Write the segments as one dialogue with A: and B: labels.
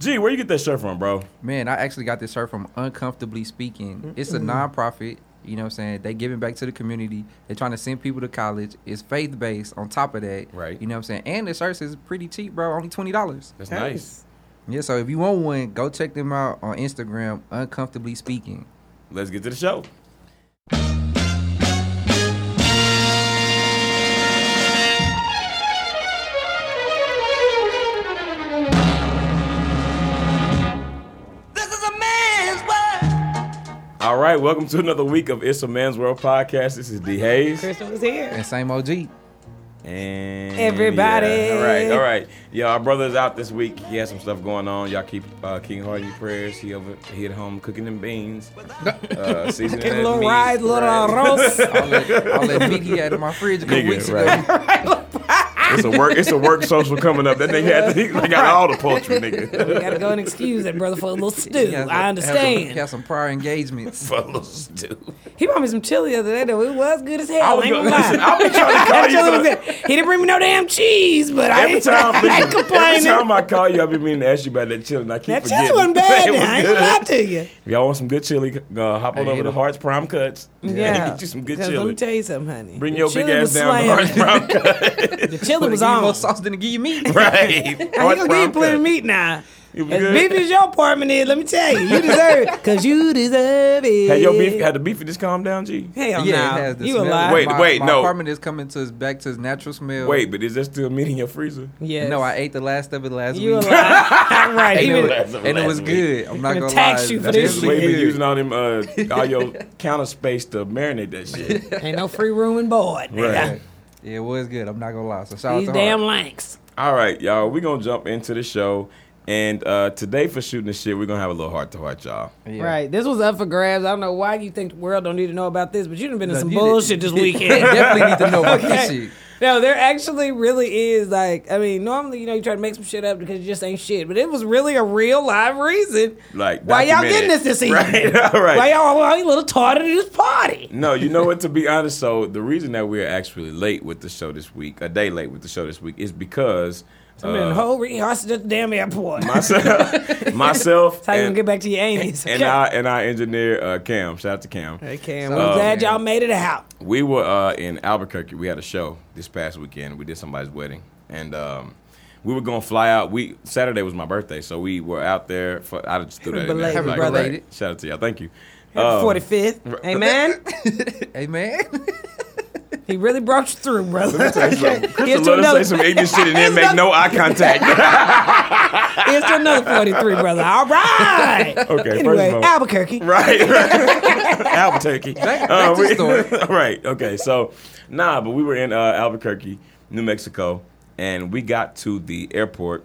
A: Gee, where you get that shirt from, bro?
B: Man, I actually got this shirt from Uncomfortably Speaking. It's a nonprofit. You know what I'm saying? They giving back to the community. They're trying to send people to college. It's faith based on top of that.
C: Right.
B: You know what I'm saying? And the shirts is pretty cheap, bro. Only twenty dollars.
C: That's
D: Nice.
C: nice.
B: Yeah, so if you want one, go check them out on Instagram, Uncomfortably Speaking.
A: Let's get to the show.
E: This is a man's world.
A: All right, welcome to another week of It's a Man's World podcast. This is D Hayes.
D: Christian was here.
B: And same OG.
A: And
D: Everybody.
A: Yeah, all right, all right. Yeah, our brother's out this week. He has some stuff going on. Y'all keep uh, King Hardy prayers. He over he at home cooking them beans. Uh, seasoning
D: Give a
A: that
D: little
A: meat.
D: rise, little uh,
A: Right.
D: roast.
B: All that, all that meat he had in my fridge a couple
A: Nigga,
B: weeks ago.
A: right. It's a work. It's a work social coming up. That nigga had. They got all the poultry, nigga.
D: We gotta go and excuse that brother for a little
B: He
D: stew.
B: has-
D: I
B: Has some, he
D: understand.
B: has some prior engagements.
A: Fellas, dude.
D: He brought me some chili the other day though. It was good as
A: I
D: hell.
A: was
D: Ain't
A: gonna,
D: gonna
A: listen,
D: lie.
A: I was trying to call
D: That
A: you.
D: chili was
A: for the-
D: good. He didn't bring me no damn cheese, but I
A: Every
D: ain't,
A: time,
D: I ain't
A: listen, every
D: complaining.
A: time I call you, I be meaning to ask you about that chili, and I keep
D: that
A: forgetting.
D: chili wasn't bad.
A: It was
D: now. I ain't
A: good.
D: gonna lie to you.
A: If y'all want some good chili, uh, hop on
B: Hey,
A: over to
B: hit
A: Hearts Prime Cuts.
D: Yeah,
A: get you some good
D: 'Cause Let me
A: chili.
D: tell you something, honey.
A: Bring
D: The
A: your big
D: chili
A: ass
D: was
A: down to
D: slaying.
A: Hearts Prime Cuts.
D: The chili
B: But
D: was
B: give you
D: on.
B: more sauce than to give you meat.
A: right.
D: I
A: Hearts
D: ain't gonna give
A: Prime
D: you plenty
A: Cuts.
D: of meat now.
A: You was
D: As
A: good?
D: beefy as your apartment is, let me tell you, you deserve it. Cause you deserve it.
A: Had your beef? Had the beef just calm down, G?
D: Hell
B: Yeah,
D: no.
B: it has the
D: you a
B: smell.
D: lie.
A: Wait,
B: my,
A: wait,
B: my
A: no.
B: apartment is coming to his back to his natural smell.
A: Wait, but is there still meat in your freezer?
D: Yes.
B: No, I ate the last of it last
D: You a
B: week.
D: lie. right.
B: and,
D: Even,
B: it,
A: Last
B: was-
A: of
B: and it
A: last
B: was
A: week.
B: good. I'm not
D: Gonna
B: gonna
D: tax
B: lie.
D: you for
B: That shit
D: this
A: That's
B: was
A: the way you
B: good.
A: been using all them uh, all your counter space to marinate that shit.
D: Ain't no free room and board. nigga.
A: Right.
B: Yeah, it was good. I'm not gonna lie. So shout
D: These
B: out to
D: damn
B: her.
D: lanks.
A: All right, y'all. We're gonna jump into the show. And uh, today for shooting the shit, we're gonna have a little heart to heart, y'all.
B: Yeah.
D: Right. This was up for grabs. I don't know why you think the world don't need to know about this, but you done been in
B: No,
D: some
B: you didn't.
D: bullshit this
B: They
D: weekend.
B: definitely need to know about that
D: Okay.
B: shit.
D: No, there actually really is like I mean, normally you know you try to make some shit up because it just ain't shit, but it was really a real live reason
A: Like
D: why y'all
A: documented.
D: getting this this evening.
A: Right, all right.
D: Why y'all why you little tarted at this party?
A: No, you know what? To be honest, so the reason that we're actually late with the show this week, a day late with the show this week, is because
D: I mean, the
A: uh,
D: whole re- hostage at the damn airport. That's
A: myself, myself,
D: how you gonna
A: and,
D: get back to your anus.
A: and our and our engineer uh, Cam. Shout out to Cam.
D: Hey, Cam,
B: So-
D: I'm glad
B: Yeah.
D: y'all made it out.
A: We were uh, in Albuquerque. We had a show this past weekend. We did somebody's wedding, and um, we were gonna fly out. We Saturday was my birthday, so we were out there. For, I just threw that in there.
D: Belated,
A: Like,
D: brother.
A: right. Shout out to y'all. Thank you. Um,
D: Forty fifth, amen.
B: Hey man,
D: He really brought you through, brother.
A: Crystal
D: Here's
A: love
D: to
A: to say
D: another,
A: some ignorant shit and then make no eye contact.
D: here's to another 43, brother. All right.
A: Okay, first
D: Anyway,
A: of all-
D: Albuquerque.
A: right, right. Albuquerque. Uh,
B: Back- back to
A: we-
B: story.
A: right. Okay. So, nah, but we were in uh, Albuquerque, New Mexico, and we got to the airport.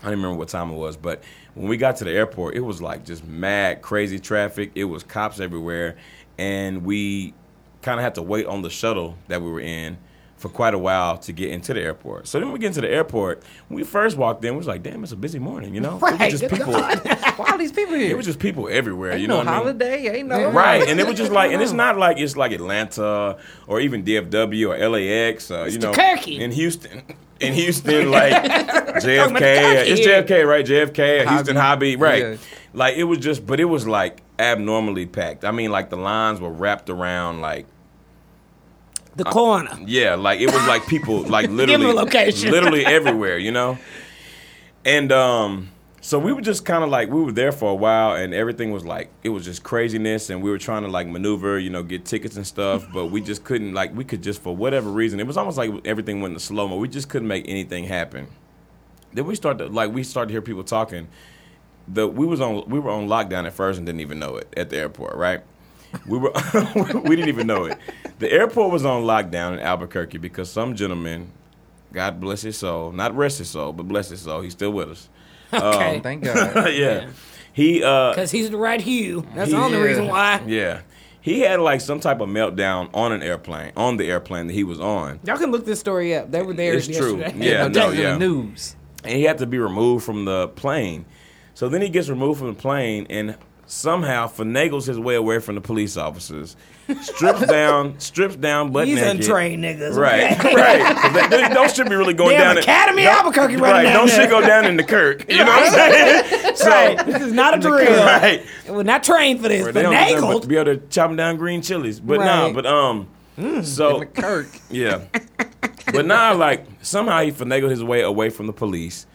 A: I don't even remember what time it was, but when we got to the airport, it was like just mad, crazy traffic. It was cops everywhere, and we kind of had to wait on the shuttle that we were in for quite a while to get into the airport. So then when we get into the airport, when we first walked in, we was like, damn, it's a busy morning, you know? It
D: Right,
A: was just
D: good
A: people
B: why are these people here?
A: it was just people everywhere,
B: ain't
A: you
B: no
A: know what I mean?
B: holiday, ain't no
A: Right, and it was just like, and it's not like it's like Atlanta or even DFW or LAX, uh, you know,
D: Turkey.
A: in Houston, in Houston, like JFK,
D: Turkey.
A: it's JFK, right? JFK, or Houston
B: Hobby.
A: Hobby, right?
B: Yeah.
A: Like it was just, but it was like abnormally packed. I mean, like the lines were wrapped around, like
D: The corner.
A: yeah, like it was like people like literally
D: a location.
A: literally everywhere, you know? And um so we were just kind of like we were there for a while and everything was like it was just craziness and we were trying to like maneuver, you know, get tickets and stuff, but we just couldn't like we could just for whatever reason. It was almost like everything went in slow-mo. We just couldn't make anything happen. Then we started to, like we started to hear people talking the we was on we were on lockdown at first and didn't even know it at the airport, right? We were we didn't even know it. The airport was on lockdown in Albuquerque because some gentleman, God bless his soul, not rest his soul, but bless his soul, he's still with us.
D: Okay.
B: Thank God.
A: yeah. He uh
D: Because he's the right hue. That's the
A: He-
D: only
B: yeah.
D: reason why.
A: yeah. He had like some type of meltdown on an airplane, on the airplane that he was on.
D: Y'all can look this story up. They were there
A: It's true.
D: yesterday.
A: Yeah,
B: But
A: no,
B: that's in
A: yeah.
B: the news.
A: and he had to be removed from the plane. So then he gets removed from the plane, and somehow finagles his way away from the police officers, strips down, strips down, butt
D: These
A: naked.
D: untrained niggas.
A: Right,
D: okay?
A: right. 'Cause That, that, that shit be really going
D: Damn,
A: down. in-
D: Academy
A: don't-
D: Albuquerque running
A: Right,
D: down
A: don't
D: there.
A: shit go down in the Kirk. You know what I'm saying? So,
D: Right. This is not a drill.
A: Right.
D: We're not trained for this.
A: Where
D: But
A: they don't do nothing but
D: nagled.
A: be able to chop down green chilies. But nah,
D: Right. Mm,
A: but um, so
B: Kirk.
A: yeah. but now, like, somehow he finagled his way away from the police.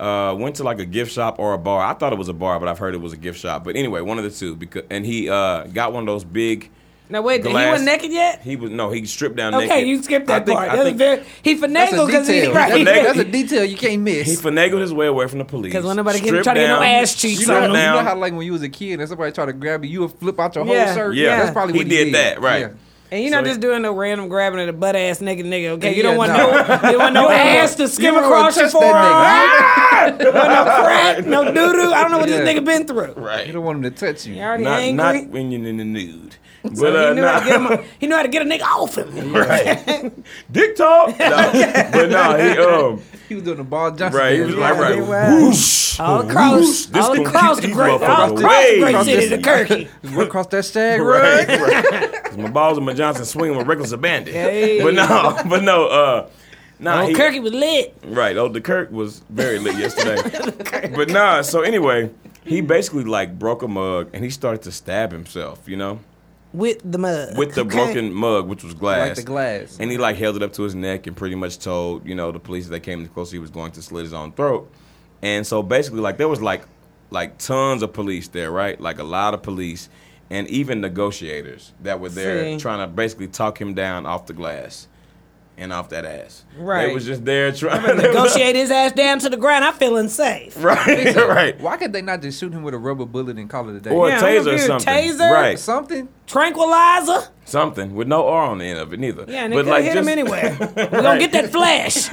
A: Uh, went to like a gift shop or a bar. I thought it was a bar, but I've heard it was a gift shop. But anyway, one of the two. Because and he uh, got one of those big.
D: Now wait, he
A: glass-
D: wasn't naked yet.
A: He was no. He stripped down
D: Okay,
A: naked.
D: you skipped that
A: I think-
D: part.
A: I
D: That was
A: think
D: very, he
B: That's a
D: finagled because he
B: detail.
D: right.
A: Finagled.
B: That's a detail you can't
A: he
B: miss.
A: finagled his way away from the police
D: 'Cause when nobody can
A: Stripped
D: try to get no
A: down-
D: ass cheeks
B: You
A: stripped
B: know, you
D: on
A: down.
B: know how like when you was a kid and somebody tried to grab you, you would flip out your
D: Yeah.
B: whole shirt.
A: Yeah.
B: that's probably
A: He
B: what
A: did
B: he did.
A: that, right.
B: Yeah.
D: And you know,
A: So-
D: just doing no random grabbing at a butt ass naked nigga. Okay, you
B: Yeah,
D: don't want
B: no.
D: no, you don't want no
B: You don't
D: ass
B: want-
D: to skim
B: you don't
D: across your
B: want to touch
D: forearm.
B: that
D: Crack, no doo doo. I don't know what
B: Yeah.
D: this nigga been through.
A: Right.
B: You don't want him to touch you.
D: He already
A: Not,
D: angry.
A: not when you're in the nude. But
D: So
A: uh,
D: he, knew how to
A: nah.
D: get him, a- he knew how to get a nigga off him.
A: right. Dick talk. No. But no, he um.
B: He was doing the ball Johnson.
A: Right, he
B: dance.
A: was
B: Yeah.
A: like, right,
D: he was.
A: whoosh,
D: All across,
A: whoosh. This
D: all
A: gonna keep
D: across the
A: these
D: great, all across
A: motherfuckers away.
D: the great city of Turkey.
B: Run across that stag, right?
A: Right, right. 'Cause My balls and my Johnson swinging with reckless abandon.
D: Hey.
A: But no, but no, uh, nah,
D: Oh,
A: he-
D: Kirky was lit.
A: Right. Oh, the Kirk was very lit yesterday. but nah, so anyway, he basically like broke a mug and he started to stab himself, you know,
D: with the mug.
A: with the
D: okay?
A: broken mug, which was glass.
B: Like the glass.
A: And he like held it up to his neck and pretty much told, you know, the police that came the closer he was going to slit his own throat. And so basically like there was like like tons of police there, right? Like a lot of police and even negotiators that were there
D: See.
A: trying to basically talk him down off the glass and off that ass. They
D: Right.
A: was just there trying to
D: Negotiate his ass down to the ground. I feel unsafe.
A: Right, right.
B: Why could they not just shoot him with a rubber bullet and call it a day?
A: Or
D: Yeah,
A: a
D: I'm gonna
A: taser or
D: give you a
A: something.
D: taser.
A: Right.
B: something.
D: Tranquilizer.
A: Something with no R on the end of it neither.
D: Yeah, and they could hit him anywhere. We're gonna get that flash.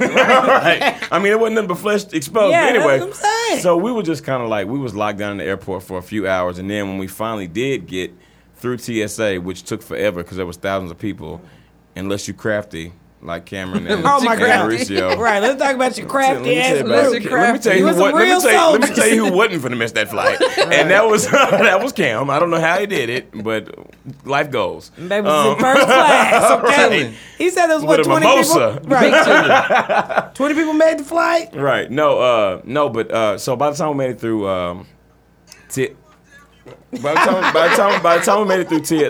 A: right. I mean, it wasn't nothing but flesh exposed.
D: Yeah,
A: but
D: that's
A: anyway,
D: what I'm saying.
A: so we were just kind of like we was locked down in the airport for a few hours, and then when we finally did get through TSA, which took forever because there was thousands of people, unless you crafty like Cameron and,
D: Oh my
A: and
D: god.
A: Mauricio.
D: Right, let's talk about your
A: Let
D: crafty
A: me tell
D: ass
A: you about-
D: group.
B: group.
A: let me tell
D: You
A: you
D: was
A: who
D: a
A: wa- let
D: real
A: me tell you- let me
D: soldier.
A: tell you who wasn't for to miss that flight, and that was that was Cam. I don't know how he did it, but life goes.
D: Baby was
A: Um,
D: in first class. Okay.
A: right.
D: He said there was what
A: With a
D: twenty
A: mimosa.
D: people. Right. twenty people made the flight.
A: Right. No. Uh. No. But uh. So by the time we made it through, um, t- by the time by the time by the time we made it through t-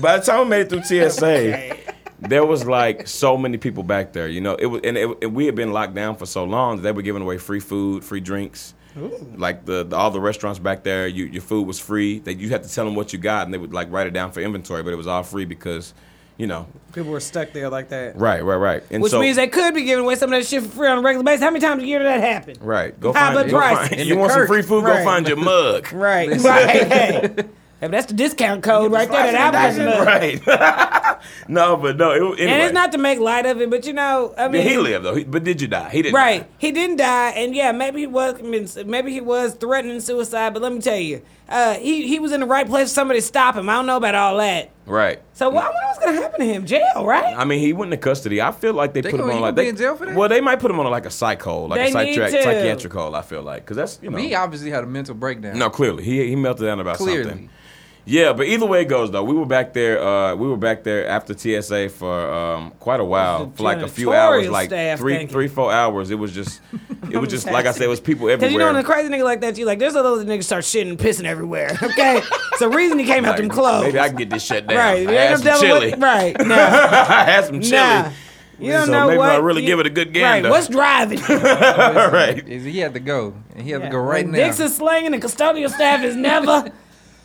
A: by the time we made it through TSA, there was like so many people back there. You know, it was and, it, and we had been locked down for so long that they were giving away free food, free drinks. Like the, the all the restaurants back there, you, your food was free. That you had to tell them what you got, and they would like write it down for inventory, but it was all free because, you know,
D: People were stuck there like that.
A: right, right, right. And
D: Which
A: so,
D: means they could be giving away some of that shit for free on a regular basis. How many times a year did that happen?
A: Right. Go
D: High
A: find
D: blood
A: it. Go
D: price.
A: find it.
B: In
A: You
B: the
A: want some
B: Kirk.
A: free food? Go
D: Right.
A: find your mug.
D: Right. Right. Hey. If that's the discount code right there, that I was
A: Right. no, but no. It, anyway.
D: And it's not to make light of it, but you know, I mean,
A: He lived though. He, but did you die? He didn't.
D: right?
A: die.
D: He didn't die, and yeah, maybe he was, I mean, maybe he was threatening suicide. But let me tell you, uh, he he was in the right place. Somebody stop him. I don't know about all that.
A: Right.
D: So well, I wonder what's gonna happen to him? Jail, right?
A: I mean, he went into custody. I feel like they,
B: They
A: put him
B: gonna-
A: on
B: he
A: like
B: gonna
A: they,
B: be in jail for that?
A: Well, they might put him on like a psych hold, like a
D: They need
A: psychiatric
D: to.
A: psychiatric hold. I feel like because that's you know.
B: He obviously had a mental breakdown.
A: no, clearly he he melted down about
B: Clearly.
A: something. Yeah, but either way it goes though, we were back there. Uh, we were back there after TSA for um, quite a while,
D: The
A: for like a few hours,
D: janitorial
A: like
D: staff
A: three,
D: thinking.
A: three, four hours. It was just, it was just like I said, it was people everywhere.
D: Cause you know, when a crazy nigga like that, you like, there's all those niggas start shitting, and pissing everywhere. Okay, so reason he came out them
A: Like,
D: clothes,
A: Maybe I can get this shut down.
D: right?
A: I
D: You
A: had
D: ain't no
A: some
D: devil
A: chili.
D: with- right? No.
A: I had some chili.
D: Nah. You don't
A: So
D: know
A: maybe
D: what.
A: I really
D: you-
A: give it a good
D: Right.
A: gander.
D: What's driving? you?
A: All right.
B: Is he had to go, and he had to go
D: Yeah.
B: right
D: When
B: now.
D: Dixon's slanging and custodial staff is never,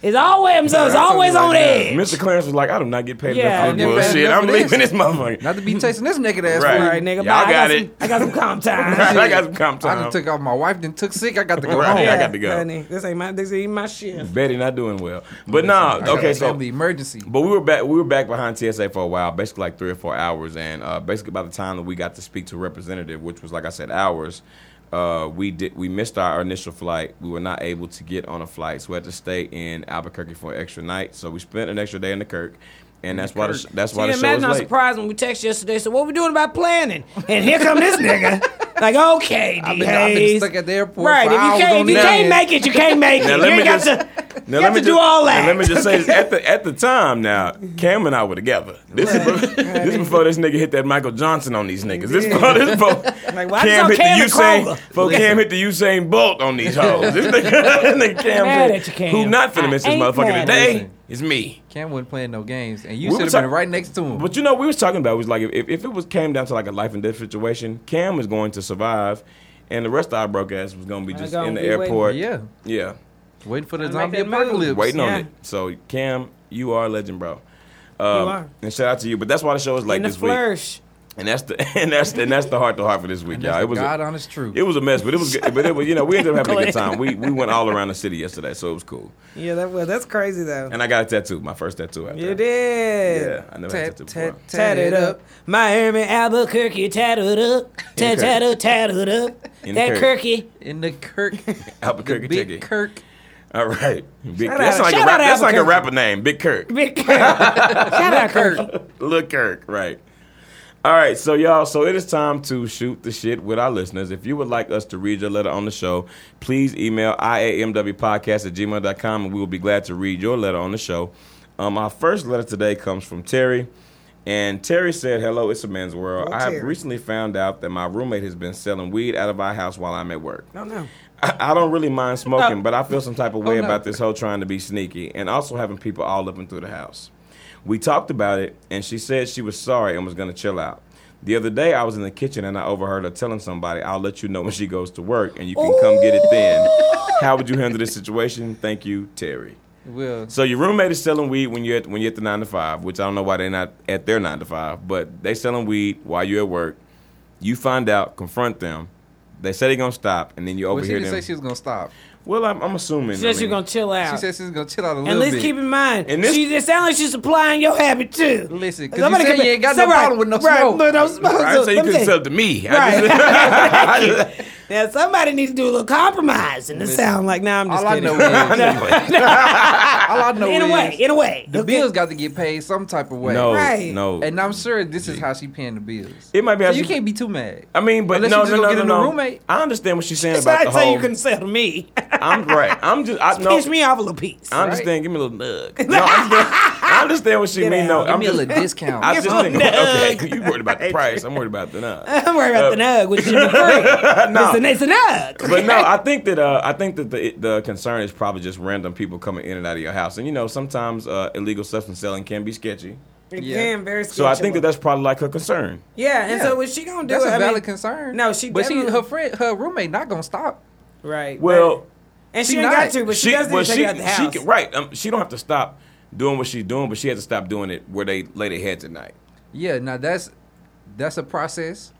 D: is always, so it's
B: I told
D: always
B: you right
D: on
B: now,
D: edge.
A: Mr. Clarence was like, I do not get paid
D: Yeah, I
A: enough for
D: never
A: this
B: had
A: bullshit.
B: enough
A: I'm
B: of this.
A: leaving this motherfucker.
B: Not to be chasing this naked ass.
A: Right.
B: Right.
D: All right, nigga.
A: Y'all
D: bye. I
A: got
D: got
A: it.
D: Some, I got some calm time.
A: I got some comp
B: I done
A: time.
B: took off my wife, then took sick. I got to go
A: Right.
B: home.
A: I got to go. Mm.
D: Honey, this ain't my. This ain't my shit.
A: Betty not doing well. But nah,
B: I got
A: okay,
B: a
A: so
B: family emergency.
A: But we were back. We were back behind TSA for a while, basically like three or four hours. And uh, basically, by the time that we got to speak to a representative, which was like I said, hours, uh, we did. We missed our initial flight. We were not able to get on a flight, so we had to stay in Albuquerque for an extra night. So we spent an extra day in the Kirk, and that's why. The sh- that's
D: So
A: why
D: you
A: the show
D: imagine
A: was
D: how
A: late.
D: surprised when we text yesterday. So what we doing about planning? And here come this nigga. Like okay,
B: I've been
D: D-Hayes.
B: stuck at the airport.
D: Right.
B: for
D: If you
B: hours
D: can't,
B: on
D: if you
B: end.
D: can't make it, you can't make
A: Now,
D: it.
A: let
D: You
A: me
D: ain't got
A: just-
D: to.
A: Now,
D: have
A: me
D: to do all that.
A: now, Let me just say this. At the, at the time now, Cam and I were together. This is before, this before this nigga hit that Michael Johnson on these niggas. This before this before
D: Like, why is y'all Cam and
A: Usain
D: Kroger?
A: before Cam hit the Usain Bolt on these hoes. This nigga, this nigga Cam,
D: Mad
A: said,
D: at you, Cam.
A: who not finna
D: I
A: miss this
D: ain't
A: motherfucker
D: mad.
A: today
B: Listen.
A: is me.
B: Cam wasn't playing no games, and you
A: We
B: should
A: was
B: have been
A: talk-
B: right next to him.
A: But you know, we was talking about it was like if, if it was came down to like a life and death situation, Cam was going to survive, and the rest of our broke ass was gonna be
D: I
A: just
D: gonna
A: in the
D: be waiting.
A: airport.
B: yeah,
A: yeah,
B: waiting for the
D: Gotta
B: zombie
D: make that move.
B: apocalypse.
A: waiting on
D: Yeah.
A: it. So Cam, you are a legend, bro. Um,
D: are.
A: And shout out to you. But that's why the show is like
D: in the
A: this week,
D: flourish.
A: and that's the and that's and that's the heart to heart for this week,
B: And
A: y'all.
B: that's
A: It was.
B: God
A: A,
B: honest truth.
A: it was a mess, but it was good. But it was, you know, we ended up having a good
D: Glenn.
A: time. We we went all around the city yesterday, so it was cool.
D: Yeah, that was that's crazy though.
A: And I got a tattoo, my first tattoo after.
D: You
A: that.
D: did.
A: Yeah, I never had a
B: tat,
A: tattoo
B: tat,
A: before.
D: Tatted up. Miami, Albuquerque, tatted up. Tat,
A: Kirk.
D: tatted, tatted up.
A: In
D: That
A: Kirk.
D: Kirky.
B: in the Kirk,
A: Albuquerque,
B: the big
A: Turkey.
B: Kirk.
A: All right, Big,
D: Shout
A: that's
D: out-
A: like a
D: shout
A: rap,
D: out
A: that's like a
D: Albuquerque.
A: rapper name, Big Kirk.
D: Big Kirk. Shout out Kirky.
A: Look, Kirk, right. All right, so y'all, so it is time to shoot the shit with our listeners. If you would like us to read your letter on the show, please email iamwpodcast at gmail.com and we will be glad to read your letter on the show. Um, our first letter today comes from Terry. And Terry said, Hello, it's a man's world.
D: Hello,
A: I have
D: Terry.
A: recently found out that my roommate has been selling weed out of our house while I'm at work.
D: No, no.
A: I, I don't really mind smoking,
D: No.
A: but I feel some type of way
B: Oh, no.
A: about this whole trying to be sneaky and also having people all up and through the house. We talked about it, and she said she was sorry and was going to chill out. The other day, I was in the kitchen and I overheard her telling somebody, I'll let you know when she goes to work and you can come get it then. How would you handle this situation? Thank you, Terry.
B: Well,
A: So your roommate is selling weed when you're at, when you're at the nine to five, which I don't know why they're not at their nine to five, but they selling weed while you're at work. You find out, confront them. They say they're gonna stop, and then you
B: well, she
A: overhear
B: didn't
A: them.
B: say she was gonna stop.
A: well, I'm, I'm assuming.
D: Just
A: I
D: you're
A: mean,
D: gonna chill out.
B: She said she was gonna chill out a little
D: and let's
B: bit.
D: keep in mind,
A: And this-
D: she, it sounds like she's supplying your habit too.
B: Listen, 'cause you
D: Somebody
B: said
D: could be-
B: you ain't got no
D: so, right,
B: problem with no
D: right,
B: smoke.
D: no- no smoke.
A: I didn't
D: So,
A: say you
D: let me
A: couldn't
D: tell
A: sell it to me. I just-
D: Now somebody needs to do a little compromise, and it
B: Listen,
D: sound like now nah, I'm just
B: all I
D: kidding.
B: know is, all I know
D: in a
B: is,
D: way, in a way,
B: the
D: Okay.
B: bills got to get paid some type of way.
A: no,
D: Right.
A: no.
B: and I'm sure this is how she paying the bills.
A: it might be.
B: so
A: how
B: you
A: she-
B: can't be too mad.
A: I mean, but
B: Unless
A: no,
B: you just
A: no,
B: gonna
A: no,
B: get
A: no,
B: a new
A: no.
B: roommate.
A: I understand what she's saying
D: So I
A: about the
D: didn't say
A: whole.
D: you couldn't sell to me.
A: I'm right. I'm just. I know.
D: Piss me off a little piece.
A: I understand. Give me a little nug. No, I understand, I understand what she
D: Get
A: mean.
D: out.
A: No,
D: Give
A: I'm
B: me a
A: just,
B: little discount.
A: I just
D: Give
A: think,
D: me a nug.
A: okay, you worried about the price. I'm worried about the nug.
D: Don't worry about the
B: Uh,
D: nug, which is free.
A: No.
D: It's, an, it's a nug.
A: But no, I think that uh, I think that the the concern is probably just random people coming in and out of your house, and you know sometimes uh, illegal substance selling can be sketchy.
D: It
B: Yeah.
D: can very sketchy.
A: So I think that that's probably like her concern.
D: yeah. And
B: Yeah.
D: so what she gonna do?
B: That's a
D: I mean-
B: valid concern.
D: No, she
B: but she
D: definitely-
B: her friend her roommate not gonna stop.
D: Right.
A: Well,
D: right. and she,
B: she
D: ain't
B: not.
D: got to, but she, does need
A: well,
D: to take
A: she,
D: it out the
A: she
D: house.
A: can- right. Um, she don't have to stop doing what she's doing, but she has to stop doing it where they lay their heads at night.
B: Yeah, now that's that's a process.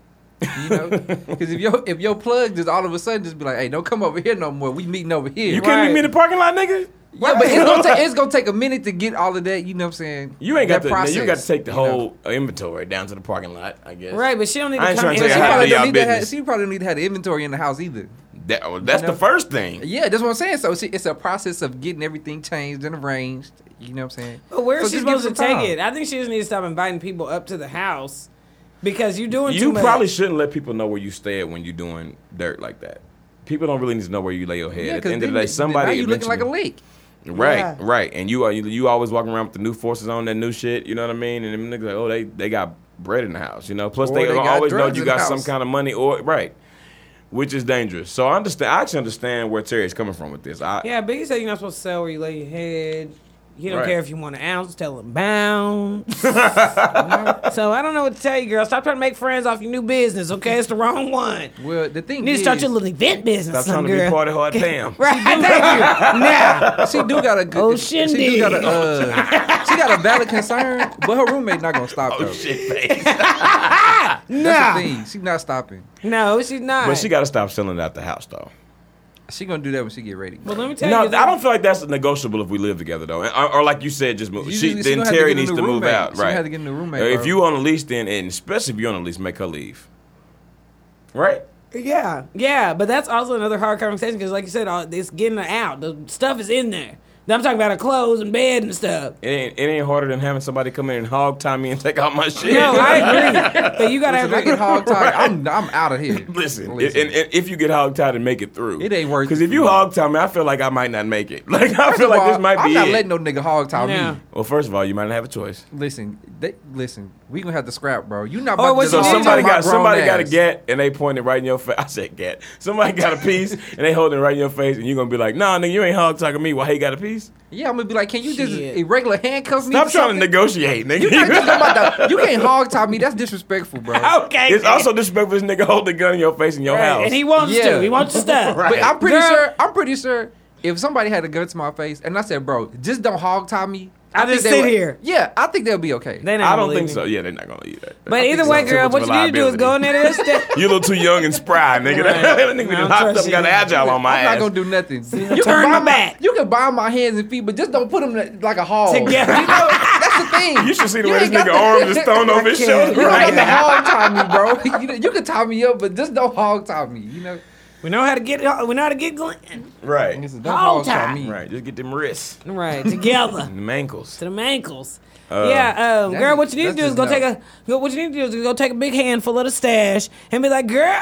B: You know, because if your if your plug just all of a sudden just be like, hey, don't come over here no more. We meeting over here.
A: You can't meet
D: Right.
A: me in the parking lot, nigga.
B: Yeah, but it's gonna, take, it's gonna take a minute to get all of that. You know what I'm saying?
A: You ain't
B: that
A: got to. now You got to take the
B: you know.
A: whole inventory down to the parking lot. I guess.
D: Right, but she don't need
A: I
D: to
A: ain't
D: come
A: trying to
D: in.
A: take
B: She
A: I had to
B: probably,
A: do y'all
B: don't need to have,
A: business.
B: she probably don't need to have the inventory in the house either.
A: That, well, that's
B: You know?
A: the first thing.
B: Yeah, that's what I'm saying. So it's, it's a process of getting everything changed and arranged. You know what I'm saying?
D: But where
B: so
D: is she
B: just give
D: supposed to
B: her some
D: take it?
B: time.
D: I think she just needs to stop inviting people up to the house because you're doing too
A: You
D: much.
A: probably shouldn't let people know where you stay at when you're doing dirt like that. People don't really need to know where you lay your head.
B: Yeah,
A: at the
B: 'cause
A: end of the
B: then-
A: day, somebody
B: now you looking
A: eventually-
B: like a leak.
A: Right,
D: Yeah.
A: right. And you are you, you always walking around with the new forces on that new shit. You know what I mean? And them niggas like, oh, they they got bread in the house. You know. Plus,
B: Or
A: they,
B: they
A: gonna
B: got
A: always know
B: drugs
A: you
B: in the
A: got some
B: house.
A: kind of money or right, which is dangerous. So I understand. I actually understand where Terry is coming from with this. I,
D: Yeah, Biggie said you're not supposed to sell where you lay your head. He don't
A: Right.
D: care if you want an ounce, tell him bounce. so I don't know what to tell you, girl. Stop trying to make friends off your new business, okay? It's the wrong one.
B: Well, the thing
D: You need to
B: is,
D: start your little event business.
A: Stop trying
D: girl.
A: to be part of hard Pam.
D: Right, thank you. Now,
B: she do got a good.
D: Oh,
B: she do got a. Uh, she got a valid concern, but her roommate not gonna stop though.
A: Oh shit, face.
B: That's the
D: no,
B: thing. She not stopping.
D: no, she's not.
A: But she got to stop selling out the house though.
B: She gonna do that when she get ready.
D: Well, let me tell
A: No,
D: you,
A: I don't feel like that's negotiable if we live together though, or, or like you said, just move.
B: You
A: She,
B: just- she
A: then
B: gonna have to
A: Terry
B: get a
A: needs
B: new
A: to move
B: roommate.
A: out,
B: She
A: right?
B: gonna have to get a new roommate,
A: Uh, If
B: bro.
A: you on a lease, then and especially if you're on a lease, make her leave. Right.
D: Yeah, yeah, but that's also another hard conversation because, like you said, all, it's getting her out. The stuff is in there. I'm talking about her clothes and bed and stuff.
A: It ain't, it ain't harder than having somebody come in and hog tie me and take out my shit.
D: No, I agree. But you gotta
B: Listen, I
D: have
B: get hog tied. I'm, I'm out of here.
A: Listen, And, and if you get hog tied and make it through,
B: It ain't worth
A: Because
B: it.
A: if you hog tie me, I feel like I might not make it. Like I feel
B: First of
A: like
B: all,
A: this might
B: I'm
A: be
B: not
A: it.
B: letting no nigga hog tie
D: Yeah.
B: me.
A: well, first of all, you might not have a choice.
B: Listen, they, listen, we gonna have to scrap, bro. You not
D: Or
B: about
D: what
B: to
A: Oh, So
D: you
B: just
A: somebody
B: hog tie
D: did
B: my
A: got
B: grown
A: somebody got a
B: ass.
A: get, and they pointed right in your face. I said get. Somebody got a piece, and they holding it right in your face, and you gonna be like, Nah, nigga, you ain't hog talking me. Why he got a piece?
B: Yeah, I'm gonna be like, can you just
D: Shit.
B: irregular handcuff me?
A: Stop trying
B: or
A: to
B: something?
A: negotiate, nigga.
B: You're not just about to- You can't hog tie me. That's disrespectful, bro.
D: Okay.
A: it's also disrespectful. This nigga hold the gun in your face in your
D: Right,
A: house.
D: and he wants
B: Yeah.
D: to. He wants to stuff.
B: But I'm pretty
D: Girl,
B: sure. I'm pretty sure. If somebody had a gun to my face and I said, "Bro, just don't hog tie me," I,
D: I'll
B: think
D: just
B: they
D: sit
B: would-
D: here.
B: Yeah, I think they'll be okay.
D: They not
A: I
D: gonna
A: don't
D: believe
A: think
D: me.
A: so. Yeah, they're not gonna eat that.
D: But
A: I think
D: either
A: so.
D: way,
A: Too
D: girl,
A: much
D: what
A: of
D: you
A: a
D: need to do is go in
A: liability.
D: there to this step.
A: You look too young and spry, nigga. That nigga
D: I don't
A: done hopped up,
D: trust
A: and got
D: you.
A: agile on my
B: I'm
A: ass.
B: not gonna do nothing.
D: you turn
B: can
D: my
B: bind
D: back.
B: You can bind my hands and feet, but just don't put them like a
A: Oh.
B: hog.
D: Together.
B: You know, that's the thing.
A: You should see the
B: You
A: way this
B: ain't got
A: nigga
B: the-
A: arms is thrown over his
D: I can't.
A: shoulder
B: You don't
A: right
B: have to
A: now.
B: hog tie me, bro. You, you can tie me up, but just don't hog tie me. You know,
D: We know how to get. We know how to get. Glenn.
A: Right,
B: Listen, don't
D: Hog
B: hog tie
D: tie.
B: me.
A: right. Just get them wrists
D: Right together.
A: and them ankles.
D: to them ankles.
A: Uh,
D: yeah, um,
B: that-
D: girl, what you need to
B: that's
D: do is
B: just
D: go
B: no.
D: take a go, what you need to do is go take a big handful of the stash and be like, girl.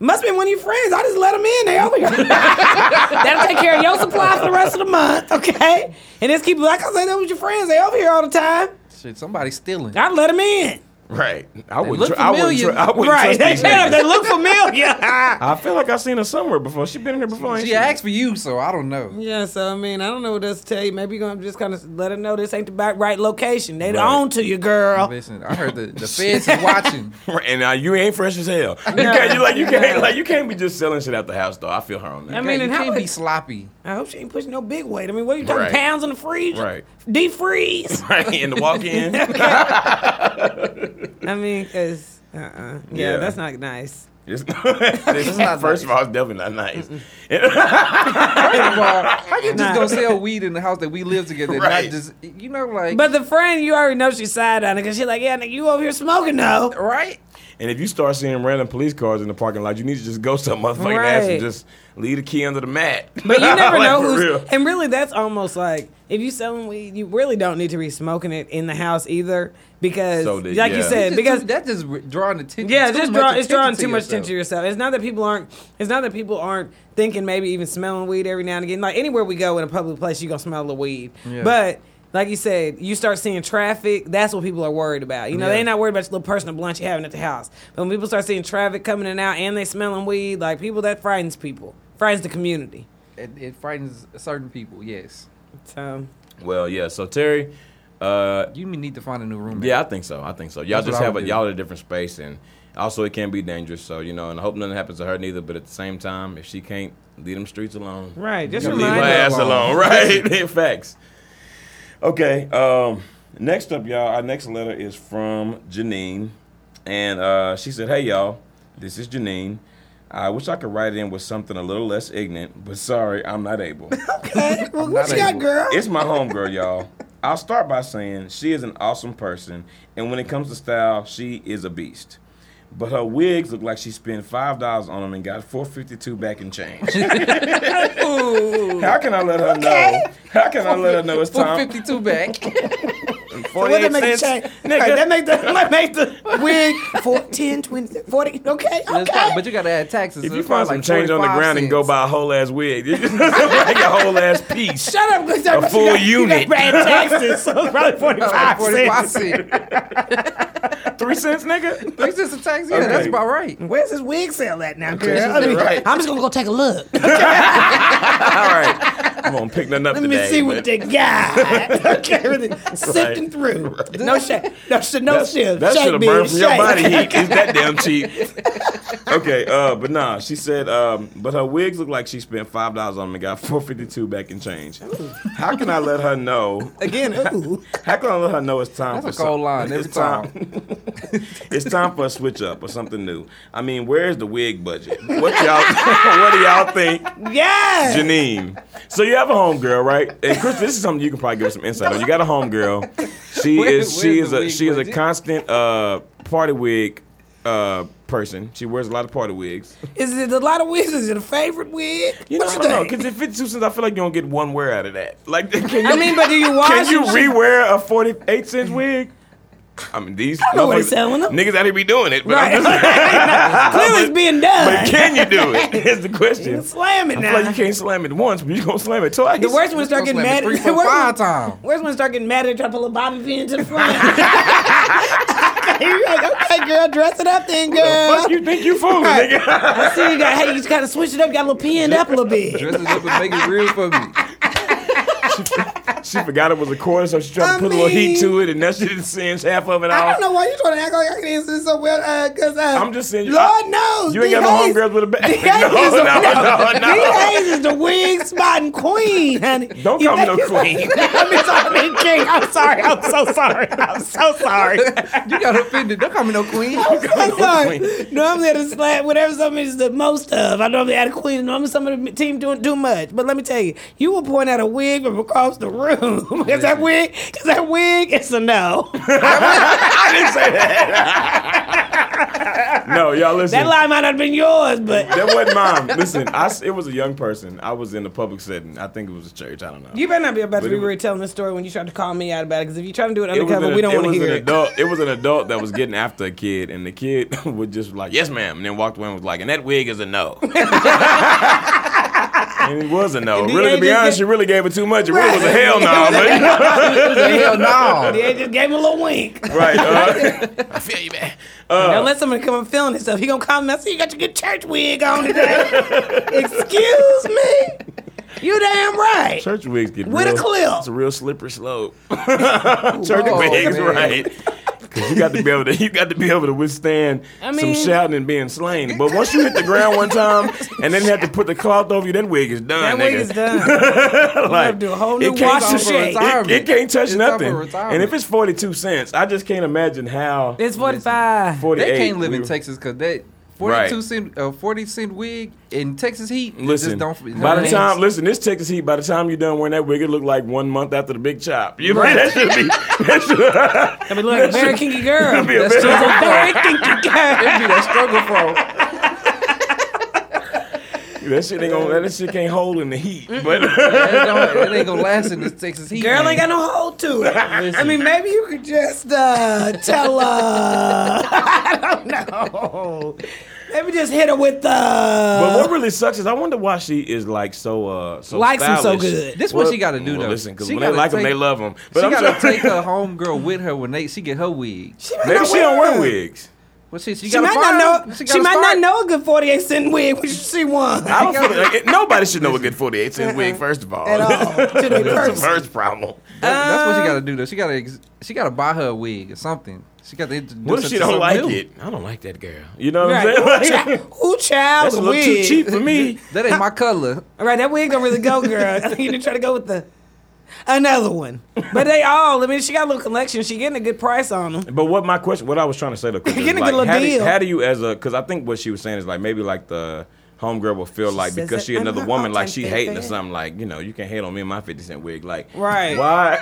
D: Must be one of your friends. I just let them in. They over here. That'll take care of your supply for the rest of the month, okay? And just keep like I said, that was your friends. They over here all the time.
B: Shit, somebody's stealing.
D: I let them in.
A: Right. I wouldn't.
B: look
A: Tr- I wouldn't. Tr-
B: familiar.
A: I wouldn't
D: right? They,
A: trust these niggas.
D: they look familiar.
A: I feel like I've seen her somewhere before. She been in here before. ain't
B: She asked for you, so I don't know.
D: Yeah, so I mean, I don't know what else to tell you. Maybe you're gonna just kind of let her know this ain't the back right location. They
A: Right.
D: on to you, girl.
B: Listen, I heard the, the feds is watching.
A: And uh, you ain't fresh as hell. You can't. You like. You can't. Like. You can't be just selling shit out the house though. I feel her on
D: I
A: that.
D: mean,
B: Man, you
D: and how
B: can't be
D: is,
B: sloppy.
D: I hope she ain't pushing no big weight. I mean, what are you talking
A: Right.
D: pounds in the freezer?
A: Right.
D: Defreeze.
A: Right. In the walk in.
D: I mean, cause uh uh Yeah,
A: Yeah.
D: that's not nice.
A: It's,
B: not
A: first
B: nice.
A: of all, it's definitely not nice.
B: First of all, how you
D: Nah.
B: just gonna sell weed in the house that we live together? and
A: Right.
B: Not just you know like
D: But the friend, you already know she's side on it because she's like, yeah, nigga, you over here smoking though.
B: right?
A: And if you start seeing random police cars in the parking lot, you need to just go some motherfucking ass
D: Right.
A: and just leave the key under the mat.
D: But you never
A: Like,
D: know
A: for
D: who's.
A: real.
D: And really, that's almost like if you selling weed, you really don't need to be smoking it in the house either, because
A: So did-
D: like you
A: yeah.
D: said,
B: Just
D: because
B: too- that just re- drawing attention.
D: Yeah,
B: too
D: it's just
B: much
D: draw, it's drawing
B: to
D: too much
B: yourself.
D: attention to yourself. It's not that people aren't. It's not that people aren't thinking maybe even smelling weed every now and again. Like anywhere we go in a public place, you are gonna smell the weed.
B: Yeah.
D: But like you said, you start seeing traffic. That's what people are worried about. You know,
B: Yeah.
D: they're not worried about your little personal blunt you having at the house. But when people start seeing traffic coming in and out and they smelling weed, like people that frightens people, frightens the community.
B: It, it frightens certain people. Yes,
D: So
A: Well, yeah. So Terry, uh,
B: you need to find a new roommate.
A: yeah, I think so. I think so. Y'all
B: That's what
A: just
B: I
A: have a
B: would do.
A: y'all in a different space, and also it can be dangerous. So you know, and I hope nothing happens to her neither. But at the same time, if she can't leave them streets alone,
D: right, just
B: You
A: leave
D: remind
A: her
B: Mine
D: us.
A: ass alone.
B: alone.
A: Right? Facts. Okay. Um, next up, y'all. Our next letter is from Janine, and uh, she said, "Hey, y'all. This is Janine." I wish I could write in with something a little less ignorant, but sorry, I'm not able.
D: Okay, well, what
B: not
D: you got,
B: able-
D: girl?
A: It's my homegirl, y'all. I'll start by saying she is an awesome person, and when it comes to style, she is a beast. But her wigs look like she spent five dollars on them and got four fifty two back in change. How can I let her know? How can I let her know it's
B: for
A: time?
B: fifty two back.
D: So what that
A: 48
D: make it
A: cents.
D: change?
A: Nigga.
D: Like, that make the that make the wig four, 10, 20, 40, Okay,
B: That's
D: okay.
B: fine, but you gotta add taxes.
A: If
B: so
A: you
B: it's probably
A: find some
B: like
A: change on the
B: 45
A: ground and go
B: cents.
A: buy a whole ass wig, like a whole ass piece.
D: Shut up, Glenn.
A: A full unit.
D: Brad taxes, so it's probably forty
B: Like
D: five
B: forty-five
D: cents.
B: cents.
A: Three cents, nigga.
B: Three cents of tax. Yeah, that's
A: Okay.
B: about right.
D: Where's this wig sale at now, girl?
A: she's
D: I mean,
A: right.
D: I'm just gonna go take a look. Let
A: All right, I'm gonna pick nothing up
D: me
A: today.
D: see what
A: but
D: they got. okay, really sifting through. No shit. No shit. No
A: that-
D: shit.
A: That
D: shake,
A: should have
D: baby,
A: burned from your
D: shake.
A: body heat. It's that damn cheap. okay, uh, but nah, she said, um, but her wigs look like she spent five dollars on them and got four fifty two back in change. How can I let her know
D: Again, ooh.
A: How can I let her know it's time
B: That's
A: for
B: a cold
A: some-
B: line every
A: it's it's time for a switch up or something new. I mean, where's the wig budget? What y'all what do y'all think?
D: yeah.
A: Janine. So you have a homegirl, right? And Chris, this is something you can probably give us some insight on. You got a homegirl. She
B: Where-
A: is she
B: where's
A: is
B: the
A: a
B: wig
A: she is a
B: budget?
A: constant uh party wig uh, person. She wears a lot of party wigs.
D: Is it a lot of wigs? Is it a favorite wig?
A: You know,
D: what
A: I
D: you
A: don't know,
D: think?
A: because at 52 cents, I feel like you don't get one wear out of that. Like, can you,
D: I mean, but do you wash?
A: can you
D: and shit?
A: rewear a 48 cent wig? I mean, these
D: don't know what
A: motherfuckers-
D: he's selling them.
A: niggas out here be doing it, but I'm
D: Right.
A: just-
D: Clearly, it's being
A: but
D: done.
A: can you do it? Is the
D: You
A: question.
D: slam it
A: I feel
D: now.
A: like you can't slam it once, but you gonna slam it twice.
D: The worst one start
B: Gonna slam it
D: getting mad.
B: three,
D: the
B: four,
D: worst
B: five
D: one-
B: times.
D: Worst one start getting mad at you, try to pull a bobby pin to the front. You're like, okay, girl, dress it up then, girl.
A: fuck you think you fooling,
D: Right.
A: nigga?
D: I see you got. Hey, you just gotta switch it up. You got a little pinned up a little bit.
B: Dress it up and make it real for me.
A: She forgot it was a quarter, so she tried
D: I
A: to put a little heat
D: mean-
A: to it, and that shit singed half of it
D: I
A: off.
D: don't know why you're trying to act like I can answer this so well, uh, cause uh,
A: I'm just saying, you-
D: Lord
A: I-
D: knows
A: You ain't got no
D: D. Hayes-
A: homegirls with a
D: D.
A: bag.
D: Hayes
A: No,
D: is the-
A: no, no,
D: D.
A: no.
D: Hayes is the wig spotting queen, honey.
A: Don't
D: You
A: call me
D: think-
A: no queen.
D: I mean, sorry, I mean, king. I'm sorry. I'm so sorry. I'm so sorry.
B: You got offended. Don't call me no queen.
D: I'm sorry.
A: queen.
D: Normally, at a slap, whatever something is the most of, I normally add a queen. Normally, some of the team doing too much. But let me tell you, you will point out a wig from across the room because that wig, because that wig is a no.
A: I didn't say that. no, y'all listen.
D: That
A: That,
D: line might not have been yours, but
A: wasn't mine. Listen, I s it was a young person. I was in a public setting. I think it was a church. I don't know.
D: you better not be about to
A: But
D: be
A: it was-
D: real telling the story when you tried to call me out about it. Because if you're trying to do it
A: It was
D: undercover,
A: an-
D: we don't
A: it
D: want to
A: was
D: hear
A: an
D: it.
A: adult. It was an adult that was getting after a kid, and the kid was just like, "Yes, ma'am," and then walked away and was like, "And that wig is a no." and it was a no.
D: And the
A: Really, to be
D: agent
A: honest,
D: said-
A: she really gave it too much. It
D: Right.
A: really was a hell no. but, you know,
B: Hell no.
D: Yeah, just gave him a little wink.
A: right. Uh, I feel you, man.
D: Now let somebody come and film himself. He gonna come and say, you got your good church wig on today. Excuse me? You damn right.
A: Church wigs get
D: With a
A: real-
D: clip.
A: It's a real slippery slope. Church
B: Whoa,
A: wigs,
B: man.
A: right? 'Cause you got to be able to you got to be able to withstand
D: I
A: some
D: mean-
A: shouting and being slain. But once you hit the ground one time and then have to put the cloth over you, that wig is
D: That
A: done.
D: wig
A: nigga.
D: is done. You have to do a whole new
A: it can't-
D: wash and
B: It's over
D: shake.
B: with time.
A: It, it can't touch
B: It's time for
A: nothing.
B: retirement.
A: And if it's forty two cents, I just can't imagine how
D: It's 45.
A: forty eight.
B: They can't live in Texas because that
A: Right.
B: 42 cent, uh, 40 cent wig in Texas heat. it
A: Listen,
B: just don't,
A: by the
B: don't-
A: time listen, this Texas heat. By the time you're done wearing that wig, it look like one month after the big chop. You know
B: Right.
A: that should be that should,
D: I mean, look, very kinky girl.
A: be a
D: She's
A: very-
D: a very kinky girl.
B: it'd be that struggle for.
A: that shit ain't gonna that shit can't hold in the heat. But
B: It, don't, it ain't gonna last in this Texas heat.
D: Girl
B: man.
D: ain't got no hold to it. I
B: Listen.
D: mean, maybe you could just uh, tell uh, I don't know. Maybe just hit her with uh,
A: But what really sucks is I wonder why she is like so uh so
D: Likes him so
A: stylish.
D: good.
B: This what she gotta do, though.
A: Listen, because
B: She
A: when they
B: gotta
A: like them,
B: take-
A: they love them.
B: She
A: But I'm
B: gotta
A: sorry,
B: take her homegirl with her when they she get her wig.
D: she might
A: maybe
D: not
A: she don't wear
D: one.
A: wigs.
B: Well, she, she,
D: She
B: gotta
D: might
B: find-
D: not know. She,
B: gotta
D: might
B: start-
D: not know a good forty-eight cent wig when she see one
A: I don't feel like it, nobody should know a good 48 cent
B: Uh-uh.
A: wig. First of all,
D: at all to the
A: that's the
D: person.
A: first problem.
B: That- that's what she gotta do though. She gotta ex- she gotta buy her a wig or something. She got to introduce
A: What
B: her
A: if
B: to
A: she don't
B: something
A: like
B: new.
A: it? I don't like that girl. You know what I'm
D: Right. Who
A: saying?
D: chi- Who child
A: that's a
D: the
A: little
D: wig?
A: too cheap for me.
B: That ain't my color.
D: All right, that wig don't really go, girl. you need to try to go with the another one. But they all. I mean, she got a little collection. She getting a good price on them.
A: But what my question, what I was trying to say, though, 'cause
D: You're getting
A: it's
D: a
A: like,
D: good little
A: how, Do,
D: deal.
A: how do you as a, because I think what she was saying is like maybe like the homegirl will feel like
D: says
A: because
D: that
A: she
D: I'm
A: another
D: her
A: woman, like
D: all-time
A: she
D: favorite.
A: hating or something, like, you know, you can hate on me and my 50 cent wig. Like,
D: Right.
A: why?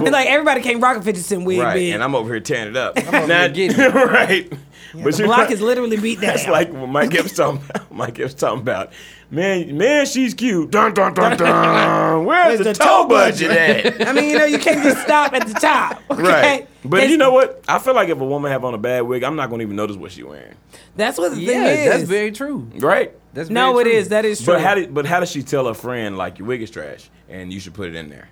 D: mean, like everybody can't rock a fifty cent wig,
A: right.
D: bitch.
A: And I'm over here tearing it up.
B: over
A: Now-
B: here getting it.
A: right. but
D: the
A: you're
D: block
A: not-
D: is literally beat down.
A: It's like what Mike Epps talking about. Mike Epps talking about, man, man, she's cute. Dun, dun, dun, dun. Where's, the, toe budget at?
D: I mean, you know, you can't just stop at the top. Okay?
A: Right. But
D: That's-
A: you know what? I feel like if a woman have on a bad wig, I'm not gonna even notice what she's wearing.
D: that's what the
B: Yeah,
D: thing is.
B: that's very true.
A: Right?
B: That's
D: no, it
B: very true.
D: is. That is true.
A: But how did but how does she tell her friend like your wig is trash and you should put it in there?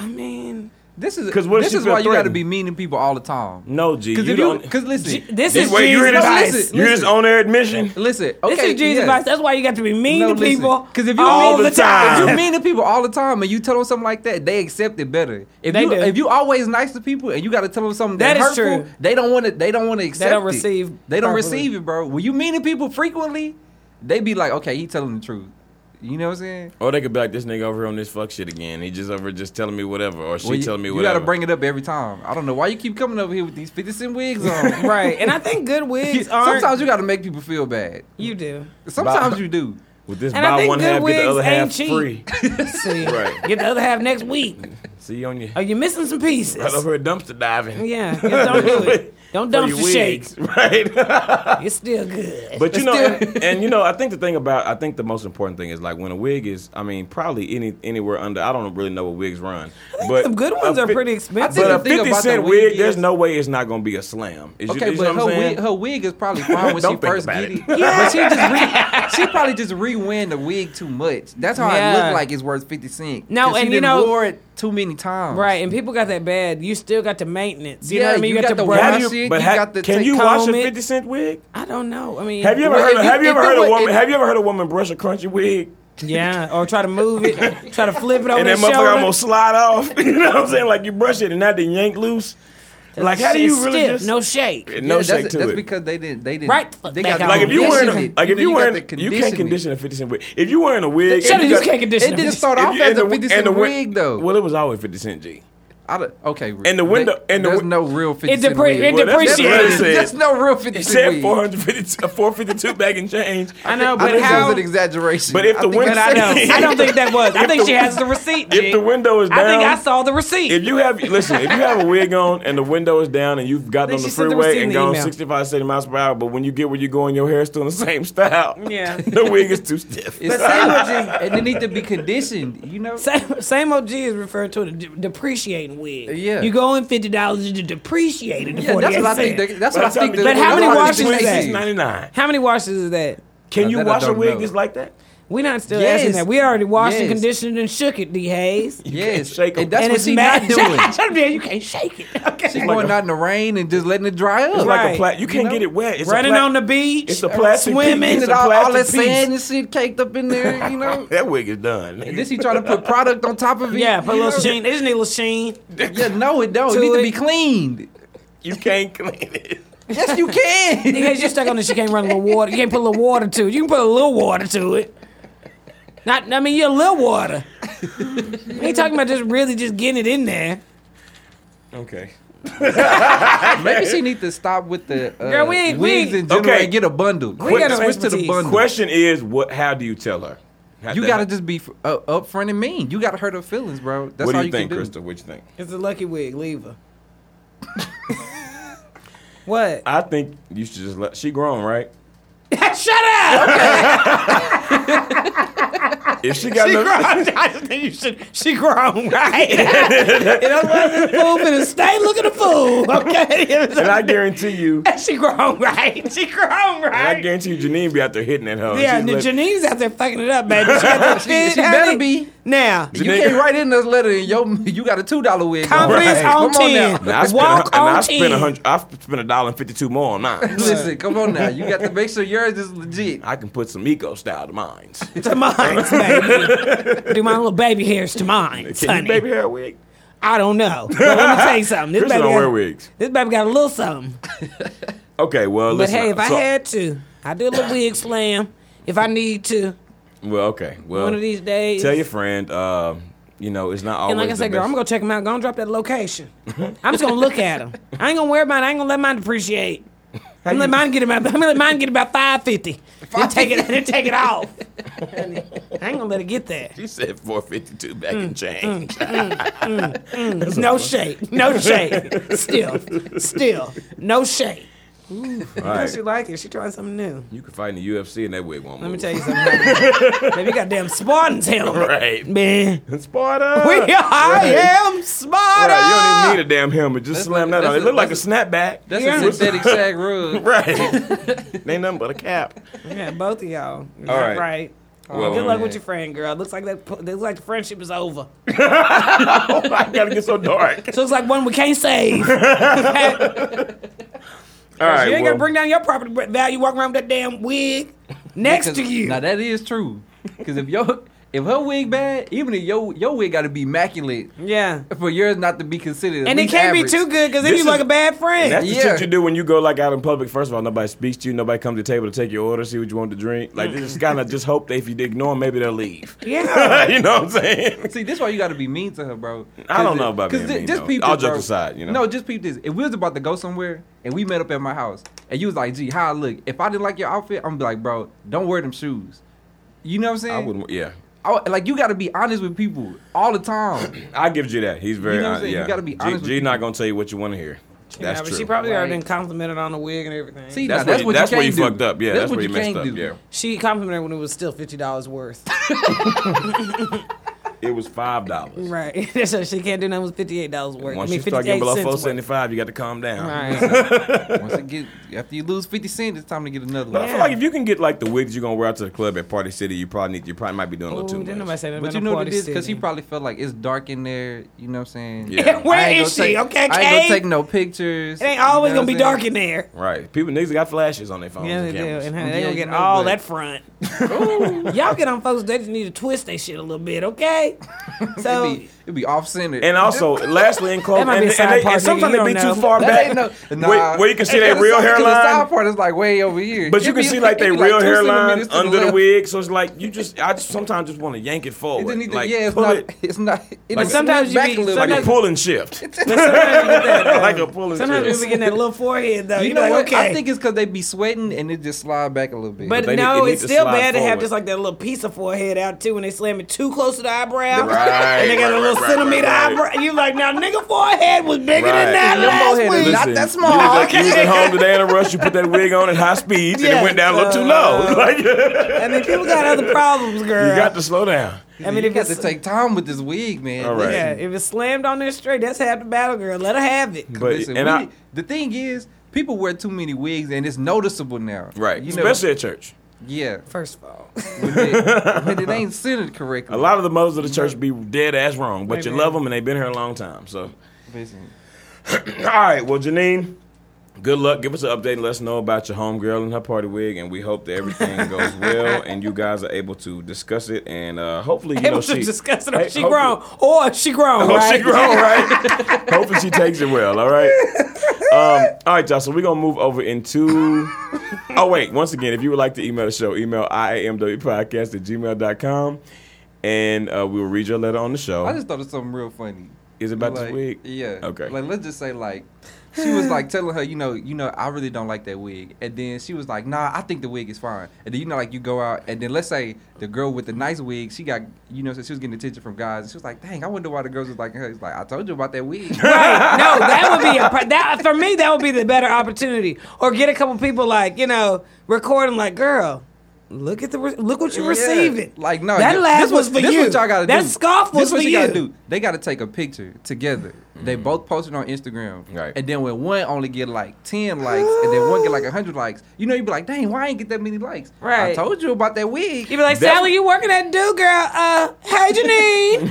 D: I mean,
B: This is
A: 'Cause what if
B: this
A: she
B: is
A: feel
B: why you got to
A: threatened?
B: be mean to people all the time.
A: No, G.
B: Because
A: You
B: if you,
A: don't.
B: because listen,
D: this is
A: wait, you
D: G's
A: hear this?
D: advice.
B: Listen,
A: you just on air admission.
B: listen. Okay,
D: This is G's
B: yes.
D: advice. That's why you got to be mean
B: No,
D: to
B: listen,
D: people
B: 'cause if you
D: all
A: mean-
D: the time,
B: If you
A: Yeah.
B: mean to people all the time and you tell them something like that, they accept it better. If
D: They
B: you
D: do.
B: if you always nice to people and you got to tell them something
D: That
B: that,
D: is
B: hurtful,
D: true.
B: they don't want to. They don't want to accept.
D: don't
B: it.
D: receive
B: They don't
D: properly.
B: receive it, bro. When you mean to people frequently, they be like, okay, he telling the truth. You know what I'm saying?
A: Or they could be like this nigga over here on this fuck shit again. He just over just telling me whatever, or she
B: Well, you-
A: telling me
B: you
A: whatever.
B: gotta bring it up every time. I don't know why you keep coming over here with these fifty cent wigs on.
D: right? And I think good
B: You-
D: wigs are.
B: Sometimes you gotta make people feel bad.
D: you do.
B: Sometimes
A: Bye.
B: you do.
A: with this
D: And I
A: buy
D: think
A: one
D: good
A: half, get the
D: wigs
A: other
D: ain't
A: half
D: cheap.
A: free.
D: See,
A: Right.
D: get the other half next week.
A: See you on your
D: Are you missing some pieces?
A: right over here dumpster diving.
D: Yeah, yeah, don't do it. Don't dump the shakes.
A: right?
D: It's still good.
A: But you know, and, and you know, I think the thing about I think the most important thing is like when a wig is, I mean, probably any anywhere under. I don't really know what wigs run, but
D: Some good
A: a
D: ones are
A: fif-
D: pretty expensive.
A: But
B: the
A: a
B: thing
A: fifty
B: about the
A: cent
B: wig
A: wig, there's
B: is-
A: no way it's not going to be a slam. Is
B: Okay,
A: you, is
B: but
A: what
B: her
A: I'm saying?
B: wig, her wig is probably fine when she
A: Don't think
B: first
A: about
B: get it.
A: it.
B: But she just re, she probably just re-win the wig too much. That's how it
D: Yeah.
B: looked like it's worth fifty cent.
D: No,
B: 'Cause she
D: and you
B: done
D: know-
B: wore it too many times.
D: Right, and people got that bad. You still got the maintenance. You know
B: Yeah,
D: what I mean?
B: you got the
D: brush.
A: How
B: wash
A: do
B: it,
A: you, but
B: you
A: ha-
B: got to
A: can
B: take-
A: you wash a
D: comb it.
A: fifty cent wig?
D: I don't know. I mean,
A: Have you ever
B: Well,
A: heard?
B: if
A: Of,
B: you-
A: have you
B: if
A: ever
B: it
A: heard a
B: wa-
A: woman?
B: if-
A: Have you ever heard a woman brush a crunchy wig?
D: Yeah, or try to move it, try to flip it over
A: and
D: their
A: that motherfucker
D: shoulder.
A: almost slide off. you know what I'm saying? Like you brush it and not to yank loose. Like how do you
D: It's
A: really
D: stiff,
A: just
D: no shake?
A: no
B: yeah, that's,
A: shake to
B: that's
A: it?
B: because they didn't. They didn't.
D: Right the
B: They
D: fuck
B: got
D: out.
A: like if you
D: Condition
A: wearing
B: it.
A: a, like if
B: Then
A: you
B: got
A: wearing
B: to
A: you can't
B: it.
A: condition a fifty cent wig. If you wearing a wig,
D: Shut
A: and
D: it, you
A: got-
D: can't condition
B: It didn't
D: it.
B: start
A: if
B: off
A: you-
B: as
A: and
B: a
A: the-
B: fifty
A: and
B: cent
A: the win-
B: wig though.
A: Well, it was always fifty cent G.
B: I don't- okay.
A: And the window- and the
B: there's
A: win-
B: no real fifty
D: It
B: cent
D: depre-
B: wig.
D: it
A: Well, that's
D: depreciates.
A: what it
D: That's
A: said.
B: There's no real fifty
A: It
B: cent
A: said
B: wig.
A: 452, 452 back and change.
D: I know,
B: I
D: but
B: think that
D: how?
B: was an exaggeration.
A: But if the
B: I think
A: window-
B: that's
D: I don't. I don't think that was. I
A: If
D: think
A: the-
D: she has the receipt.
A: If
D: G.
A: the window is down,
D: I think I saw the receipt.
A: If you have listen, if you have a wig on and the window is down and you've gotten
D: Then
A: on the
D: she sent the receipt
A: freeway
D: in
A: and
D: the
A: gone
D: email.
A: 65, 70 miles per hour, but when you get where you're going, your hair's still in the same style.
D: Yeah.
A: the wig is too stiff.
B: It's sandwiches and they need to be conditioned, you know?
D: Same, same OG is referred to as a de- depreciating wig.
B: Yeah.
D: You go in fifty dollars to depreciate it. to
B: Yeah, that's what I
D: 48
B: think.
D: cents.
B: They, that's what I think.
D: But how many washes
B: they
D: is that?
A: Ninety nine.
D: How many washes is that?
A: Can
B: Now
A: you
B: that I
A: wash a
B: don't
A: wig
B: know.
A: that's like that?
D: We're not still
B: Yes.
D: asking that. We already washed and
B: Yes.
D: conditioned and shook it, D Hayes.
B: Yes,
A: shake 'em.
B: and that's
D: and
B: what
D: it's
B: she's
D: mad.
B: not doing.
D: Shut up, Dan, you can't shake it. Okay.
B: She's going out in the rain and just letting it dry up.
A: It's like
D: Right.
A: a plat. You can't
B: know?
A: get it wet. It's a
D: Running
A: plat-
D: on the beach.
A: It's a plastic
D: Swimming.
A: piece. It's
B: and it
A: a
B: all, all that
A: plastic piece.
B: sand and shit caked up in there, you know.
A: That wig is done.
B: And then she trying to put product on top of it.
D: Yeah, put a
B: you
D: little
B: know?
D: sheen. Isn't it a little sheen?
B: Yeah, no, it don't.
D: To
B: It need
D: it.
B: to be cleaned.
A: You can't clean it.
B: Yes, you
D: In
B: can.
D: case you're stuck on this, you can't run a little water. You can't put a little water to it. You can put a little water to it. Not, I mean, you're a little water. We ain't talking about just really just getting it in there.
A: Okay.
B: Maybe she need to stop with the uh,
D: Girl, we ain't- we
B: wigs
D: ain't-
B: in general
A: Okay.
B: and get a bundle.
A: We got no
B: switch to the
D: expertise.
B: bundle.
A: Question is, what? How do you tell her? How-
B: You
A: that-
B: gotta just be f- uh, upfront and mean. You gotta hurt her feelings, bro. That's
A: What do
B: all
A: you,
B: you
A: think,
B: can do.
A: Crystal? What you think?
D: It's a lucky wig. Leave her. what?
A: I think you should just let. She grown, right?
D: Shut up!
A: If she got
D: She
A: no,
D: grown. I just think you should. She grown, right? you know what? The fool finna stay looking a fool.
A: and
D: Okay.
A: I guarantee you,
D: she grown, right? She grown,
A: and I
D: right?
A: guarantee you, Janine be out there hitting that hoe.
D: Yeah,
A: She's
D: and
A: let-
D: Janine's out there fucking it up, baby. She, got that
B: She-
D: fit,
B: she better
D: honey.
B: be.
D: Now,
B: You can't write in this letter and yo, you got a two dollar wig. on.
D: confidence
A: Right.
D: on
B: Come on
D: 10.
B: now.
A: And I spent, a, hun-
D: Walk
A: and
D: on
A: I
D: 10.
A: spent a hundred. I spent a dollar and fifty two more on mine.
B: Listen, come on now. You got to make sure yours is legit.
A: I can put some eco style to mine.
D: to mine, baby. Do my little baby hairs to mine,
A: Can
D: honey.
A: you baby hair a wig?
D: I don't know. But let me tell you something. This
A: Crystal
D: baby,
A: don't wear
D: got,
A: wigs.
D: this baby got a little something.
A: Okay, well,
D: But
A: listen.
D: hey, if I
A: so-
D: had to, I do a little wig slam if I need to
A: well, okay, well,
D: one of these days.
A: tell your friend. Uh, you know, it's not always.
D: and like I
A: the
D: said, girl,
A: best-
D: I'm gonna go check him out. Go and drop that location. I'm just gonna look at him. I ain't gonna worry about it. I ain't gonna let mine depreciate. I'm gonna let mine get about. I'm gonna let mine get about five fifty. Then take it. Then take it off. Honey, I ain't gonna let it get there.
A: She said four fifty two back
D: Mm,
A: in change.
D: No shade. No shade. Still, still, no shade.
A: All
D: How
A: right.
D: She like it. She trying something new.
A: You can fight in the UFC and that wig won't
D: Let me
A: move.
D: tell you something. Baby, goddamn Spartans helmet,
A: Right.
D: man.
A: Sparta.
D: We, I am
A: All
D: Sparta.
A: right, you don't even need a damn helmet. Just slam that
B: that's
A: on. It
B: a-
A: looked like a snapback.
B: That's
D: Yeah.
B: a synthetic shag rug.
A: right. Ain't nothing but a cap.
D: Yeah, both of y'all. All
A: right.
D: right. right.
A: Well,
D: Good luck
B: man.
D: with your friend, girl. Looks like that. Looks like the friendship is over.
A: Oh, I gotta get so dark.
D: So it's like one we can't save. you
A: All right.
D: ain't
A: well,
D: gonna bring down your property value walking around with that damn wig next to you.
B: Now that is true. Because if your if her wig bad, even if your your wig got to be immaculate
D: yeah,
B: for yours not to be considered. at
D: and it
B: least
D: can't be
B: average.
D: too good because then
A: This
D: you like
A: is-
D: a bad
A: and that's
D: friend.
A: the
B: Yeah.
A: shit you do when you go like out in public. First of all, nobody speaks to you. Nobody comes to the table to take your order, see what you want to drink. Like just kind of just hope that if you ignore them, maybe they'll leave.
D: Yeah.
A: you know what I'm saying?
B: See, this why you got to be mean to her, bro.
A: I don't know about being
B: thi-
A: mean,
B: Just
A: though.
B: peep
A: All
B: this,
A: jokes
B: bro.
A: aside, you know.
B: No, just peep this. If we was about to go somewhere and we met up at my house, and you was like, "Gee, how I look? If I didn't like your outfit, I'm be like, bro, don't wear them shoes." You know what I'm saying?
A: I wouldn't. Yeah,
B: I- like you got to be honest with people all the time.
A: I give you that. He's very.
B: You know what
A: honest.
B: I'm saying?
A: yeah.
B: You gotta be
A: G,
B: honest with
A: G
B: people.
A: not gonna tell you what you want to hear. That's
D: yeah, but
A: true.
D: she probably already
B: Right.
D: been complimented on the wig and everything.
B: See,
A: That's
B: now, that's
A: where you-
B: what
A: that's
B: you
A: where you
B: can't do.
A: fucked up. Yeah, that's where you
B: can't
A: messed up.
B: do.
A: Yeah.
D: she complimented when it was still fifty dollars worth.
A: It was five dollars.
D: right. so she can't do nothing with fifty eight dollars worth.
A: Once
D: I mean,
A: you start getting
D: 58
A: below
D: cents
A: four
D: worth.
A: seventy five, you got to calm down.
D: Right.
B: Once it get, after you lose fifty cent, it's time to get another
A: But I
B: one.
A: feel like if you can get like the wigs you're gonna wear out to the club at Party City, you probably need you probably might be doing a
D: Ooh,
A: little too
D: didn't
A: much.
D: nobody say that
B: But
D: about
B: you
D: no
B: know what
D: Party
B: it is because he
D: City.
B: probably felt like it's dark in there. You know what I'm saying?
A: Yeah.
D: Where
B: I ain't
D: is
B: gonna
D: she?
B: take-
D: Okay,
B: I ain't
D: Kay?
B: gonna take no pictures.
D: It ain't always
B: you know
D: gonna be
B: what I'm
D: dark in there.
A: Right. People niggas got flashes on their phones.
D: Yeah, they
A: and
D: do,
A: cameras.
D: and
B: Oh, Yeah,
D: they gonna
B: you
D: get
B: know,
D: all
B: but-
D: that front. Y'all get on folks, they just need to twist their shit a little bit, okay? So
B: saying? It'd be, it'd be off center.
A: And also, lastly, in
D: That
A: clothes,
D: might
A: and,
D: be a
A: and,
D: side
A: they,
D: part,
A: and
D: nigga,
A: sometimes
D: you
A: they be
D: don't
A: too
D: know.
A: far
B: That
A: back,
B: ain't no, nah.
A: where, where you can see
B: Hey,
A: their
B: the
A: real
B: side- 'cause The
A: hairline,
B: side part is like way over here.
A: but you
B: It'd
A: can
B: be-
A: see like
B: it'd
A: their
B: be
A: real
B: two
A: hairline
B: centimeters to the
A: under the,
B: left.
A: wig. So it's like you just, I just sometimes just want to yank it
B: It
A: forward,
B: didn't even,
A: like
B: yeah, it's
A: pull
B: not.
A: it,
B: It's not. It
A: Like
B: like
A: a-
D: sometimes
B: sometimes
D: you
B: back
D: be-
B: a little
A: like a
B: bit.
D: sometimes-
A: pull and shift, like a pull and
D: sometimes
A: shift.
D: people get that little forehead though.
B: You
D: You
B: know
D: like,
B: what?
D: Okay.
B: I think it's because they be sweating and it just slide back a little bit.
D: But
A: But they
D: no,
A: need- it need
D: it's
A: to
D: still
A: slide
D: bad to have
A: forward.
D: just like that little piece of forehead out too, and they slam it too close to the eyebrow,
A: Right,
D: and they got
A: right,
D: a little
A: right, right,
D: centimeter
A: right.
D: eyebrow. You like now, nigga, forehead was bigger than
A: Right.
D: that
A: Your
D: last
B: forehead is
D: week.
B: not
A: Listen,
B: that
A: you was
B: small,
A: at- You was
D: okay?
A: at home today in a rush. You put that wig on at high speeds, and
D: Yeah.
A: it went down a little too low. Like, you
D: I mean, people got other problems,
B: uh,
D: girl.
A: got to slow down.
D: I mean,
B: you
D: if
B: got to
D: it's
B: take time with this wig, man.
A: All right.
D: yeah, if it's slammed on there straight, that's half the battle, girl. Let her have it.
A: But
B: Listen,
A: and
B: we-
A: I
B: the thing is, people wear too many wigs, and it's noticeable now.
A: right,
B: You know,
A: especially at church.
B: yeah,
D: First of all,
B: when it, when it ain't centered correctly.
A: A lot of the mothers of the church be dead ass wrong, but you
D: Amen.
A: love them and they've been here a long time. So,
B: Listen,
A: all right, well, Janine, good luck. Give us an update and let us know about your homegirl and her party wig, and we hope that everything goes well and you guys are able to discuss it and uh, hopefully you
D: able
A: know
D: to
A: she
D: discuss it.
A: Hey,
D: Or she
A: hopefully-
D: grown, or she grown,
A: Oh,
D: right?
A: she grown, right? Hopefully she takes it well, all right? Um, all right, y'all, so we're going to move over into... Oh, wait, once again, if you would like to email the show, email iamwpodcast at gmail.com, and uh, we will read your letter on the show.
B: I just thought of something real funny.
A: Is it about
B: like,
A: this wig?
B: Yeah.
A: Okay.
B: Like, let's just say like. She was like telling her, you know, you know, I really don't like that wig. And then she was like, Nah, I think the wig is fine. And then you know, like you go out, and then let's say the girl with the nice wig, she got, you know, so she was getting attention from guys. And she was like, Dang, I wonder why the girls was like, her. It's like I told you about that wig.
D: Right. No, that would be a pro- that for me. That would be the better opportunity. Or get a couple people like you know recording like girl. Look at the re- look what you're
B: Yeah.
D: receiving.
B: Like no,
D: that
B: you-
D: laugh
B: this
D: was for
B: this
D: you.
B: What y'all gotta
D: that
B: do.
D: scoff was
B: this what
D: for
B: you.
D: you. Mm-hmm.
B: Gotta do. They gotta take a picture together. They both posted on Instagram,
A: Right.
B: And then when one only get like ten likes, and then one get like hundred likes, you know, you be like, dang, why I ain't get that many likes?
D: Right.
B: I told you about that wig.
D: You be like
A: That-
D: Sally, you working at Do Girl? Uh, hey Janine,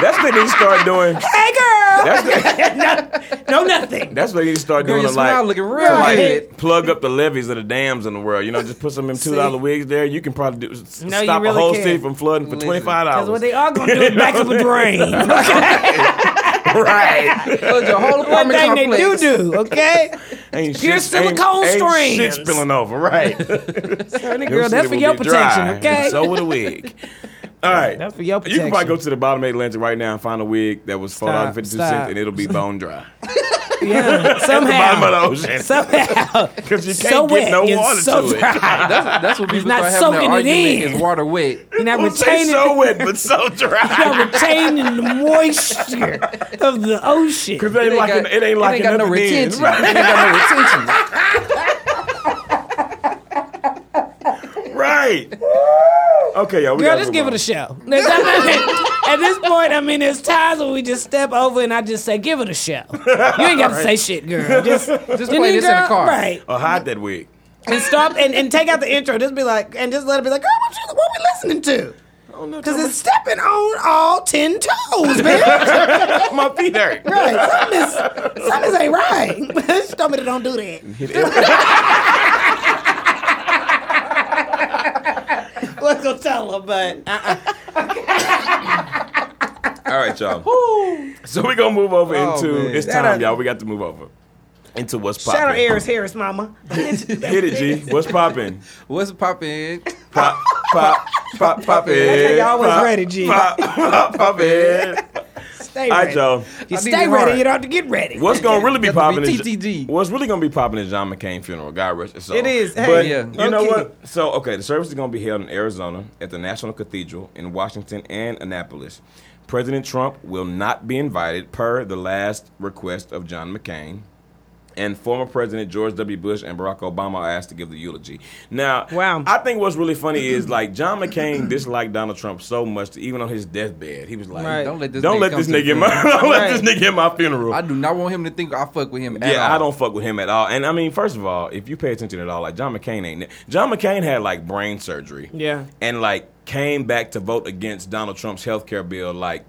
A: That's what they need to start doing.
D: hey girl.
A: That's the,
D: No nothing.
A: that's what they need to start
B: Girl,
A: doing.
B: your
A: to,
B: smile
A: like,
B: looking real
A: to, like,
B: good.
A: plug up the levees of the dams in the world. You know, just put some of them two dollar wigs there. You can probably do, s-
D: No, you
A: stop
D: really
A: a whole
D: can.
A: city from flooding for
B: Listen.
A: twenty five
D: That's
A: dollars.
D: what they are gonna do. Is back up a drain.
A: Right?
B: Told your whole
D: One
B: apartment
D: thing they do
B: complex.
D: do. Okay,
A: ain't
D: Pure
A: shit- ain't-
D: silicone
A: Ain't shit
D: strings.
A: spilling over. Right?
D: Honey,
A: Your
D: girl,
A: city
D: that's for
A: will
D: your
A: be dry,
D: protection.
A: and
D: Okay,
A: So with a wig. All right.
D: that's for your
A: You
D: protection.
A: can probably go to the bottom of Atlantic right now and find a wig that was four dollars
D: Stop,
A: fifty two
D: stop.
A: cents, and it'll be bone dry.
D: yeah,
A: the bottom
D: somehow,
A: of the ocean,
D: somehow.
A: because you can't
D: so
A: get
D: wet
A: no
D: and
A: water
D: so
A: to it.
D: dry.
B: That's, that's what people
D: not
B: start having their
D: soaking it
B: argument
D: in.
B: is water wet.
D: You're not
A: Don't say
D: retaining.
A: so wet, but so dry.
D: You're retaining the moisture of the ocean.
A: Because it ain't like it ain't like
B: it ain't got no retention.
A: Right,
B: It ain't got no retention.
A: right. Okay, y'all. We
D: Girl,
A: gotta
D: just
A: move
D: give
A: on.
D: it a show. That's- I mean, At this point, I mean, there's times when we just step over and I just say, give it a show. You ain't got to say shit, girl. Just,
B: Just play this in the car.
D: Right.
A: Or hide that wig.
D: And stop and, and take out the intro. Just be like, and just let it be like, girl, what, you, what we listening to? Because it's stepping on all 10 toes, man.
A: my feet hurt.
D: right. Something is, something is ain't right. she told me to don't do that. Let's go tell her, but uh,
A: All right, y'all. So we gonna move over
B: Oh,
A: into
B: man.
A: it's
D: Shout
A: time,
D: out-
A: y'all. We got to move over into what's popping.
D: Shout out Harris Harris, mama.
A: Hit it, G. What's popping?
B: What's poppin'?
A: Pop, pop, pop, pop
D: That's how
A: it.
D: y'all was
A: Pop,
D: ready, G.
A: Pop, pop, pop it.
D: Stay
A: All
D: ready.
A: right, y'all.
D: You
B: I need
D: stay
B: it
D: ready.
B: hard.
D: You don't have to get ready.
A: What's gonna really be
B: Got to be
A: popping is
B: TTG.
A: what's really gonna be popping is John McCain funeral. God rest his soul.
D: It is. Hey,
A: but
B: yeah.
A: you know
D: Okay.
A: what? So okay, the service is gonna be held in Arizona at the National Cathedral in Washington and Annapolis. President Trump will not be invited per the last request of John McCain. And former President George W. Bush and Barack Obama are asked to give the eulogy. Now,
D: Wow.
A: I think what's really funny is like John McCain disliked Donald Trump so much, that even on his deathbed, he was like,
D: Right.
B: Don't let this
A: "Don't
B: nigga
A: let
B: come
A: this
B: to the
A: nigga, in my,
B: funeral."
A: don't let
D: Right.
A: this nigga in my funeral."
B: I do not want him to think I fuck with him at
A: Yeah,
B: all.
A: I don't fuck with him at all. And I mean, first of all, if you pay attention at all, like John McCain ain't. John McCain had like brain surgery.
D: Yeah.
A: And like came back to vote against Donald Trump's health care bill like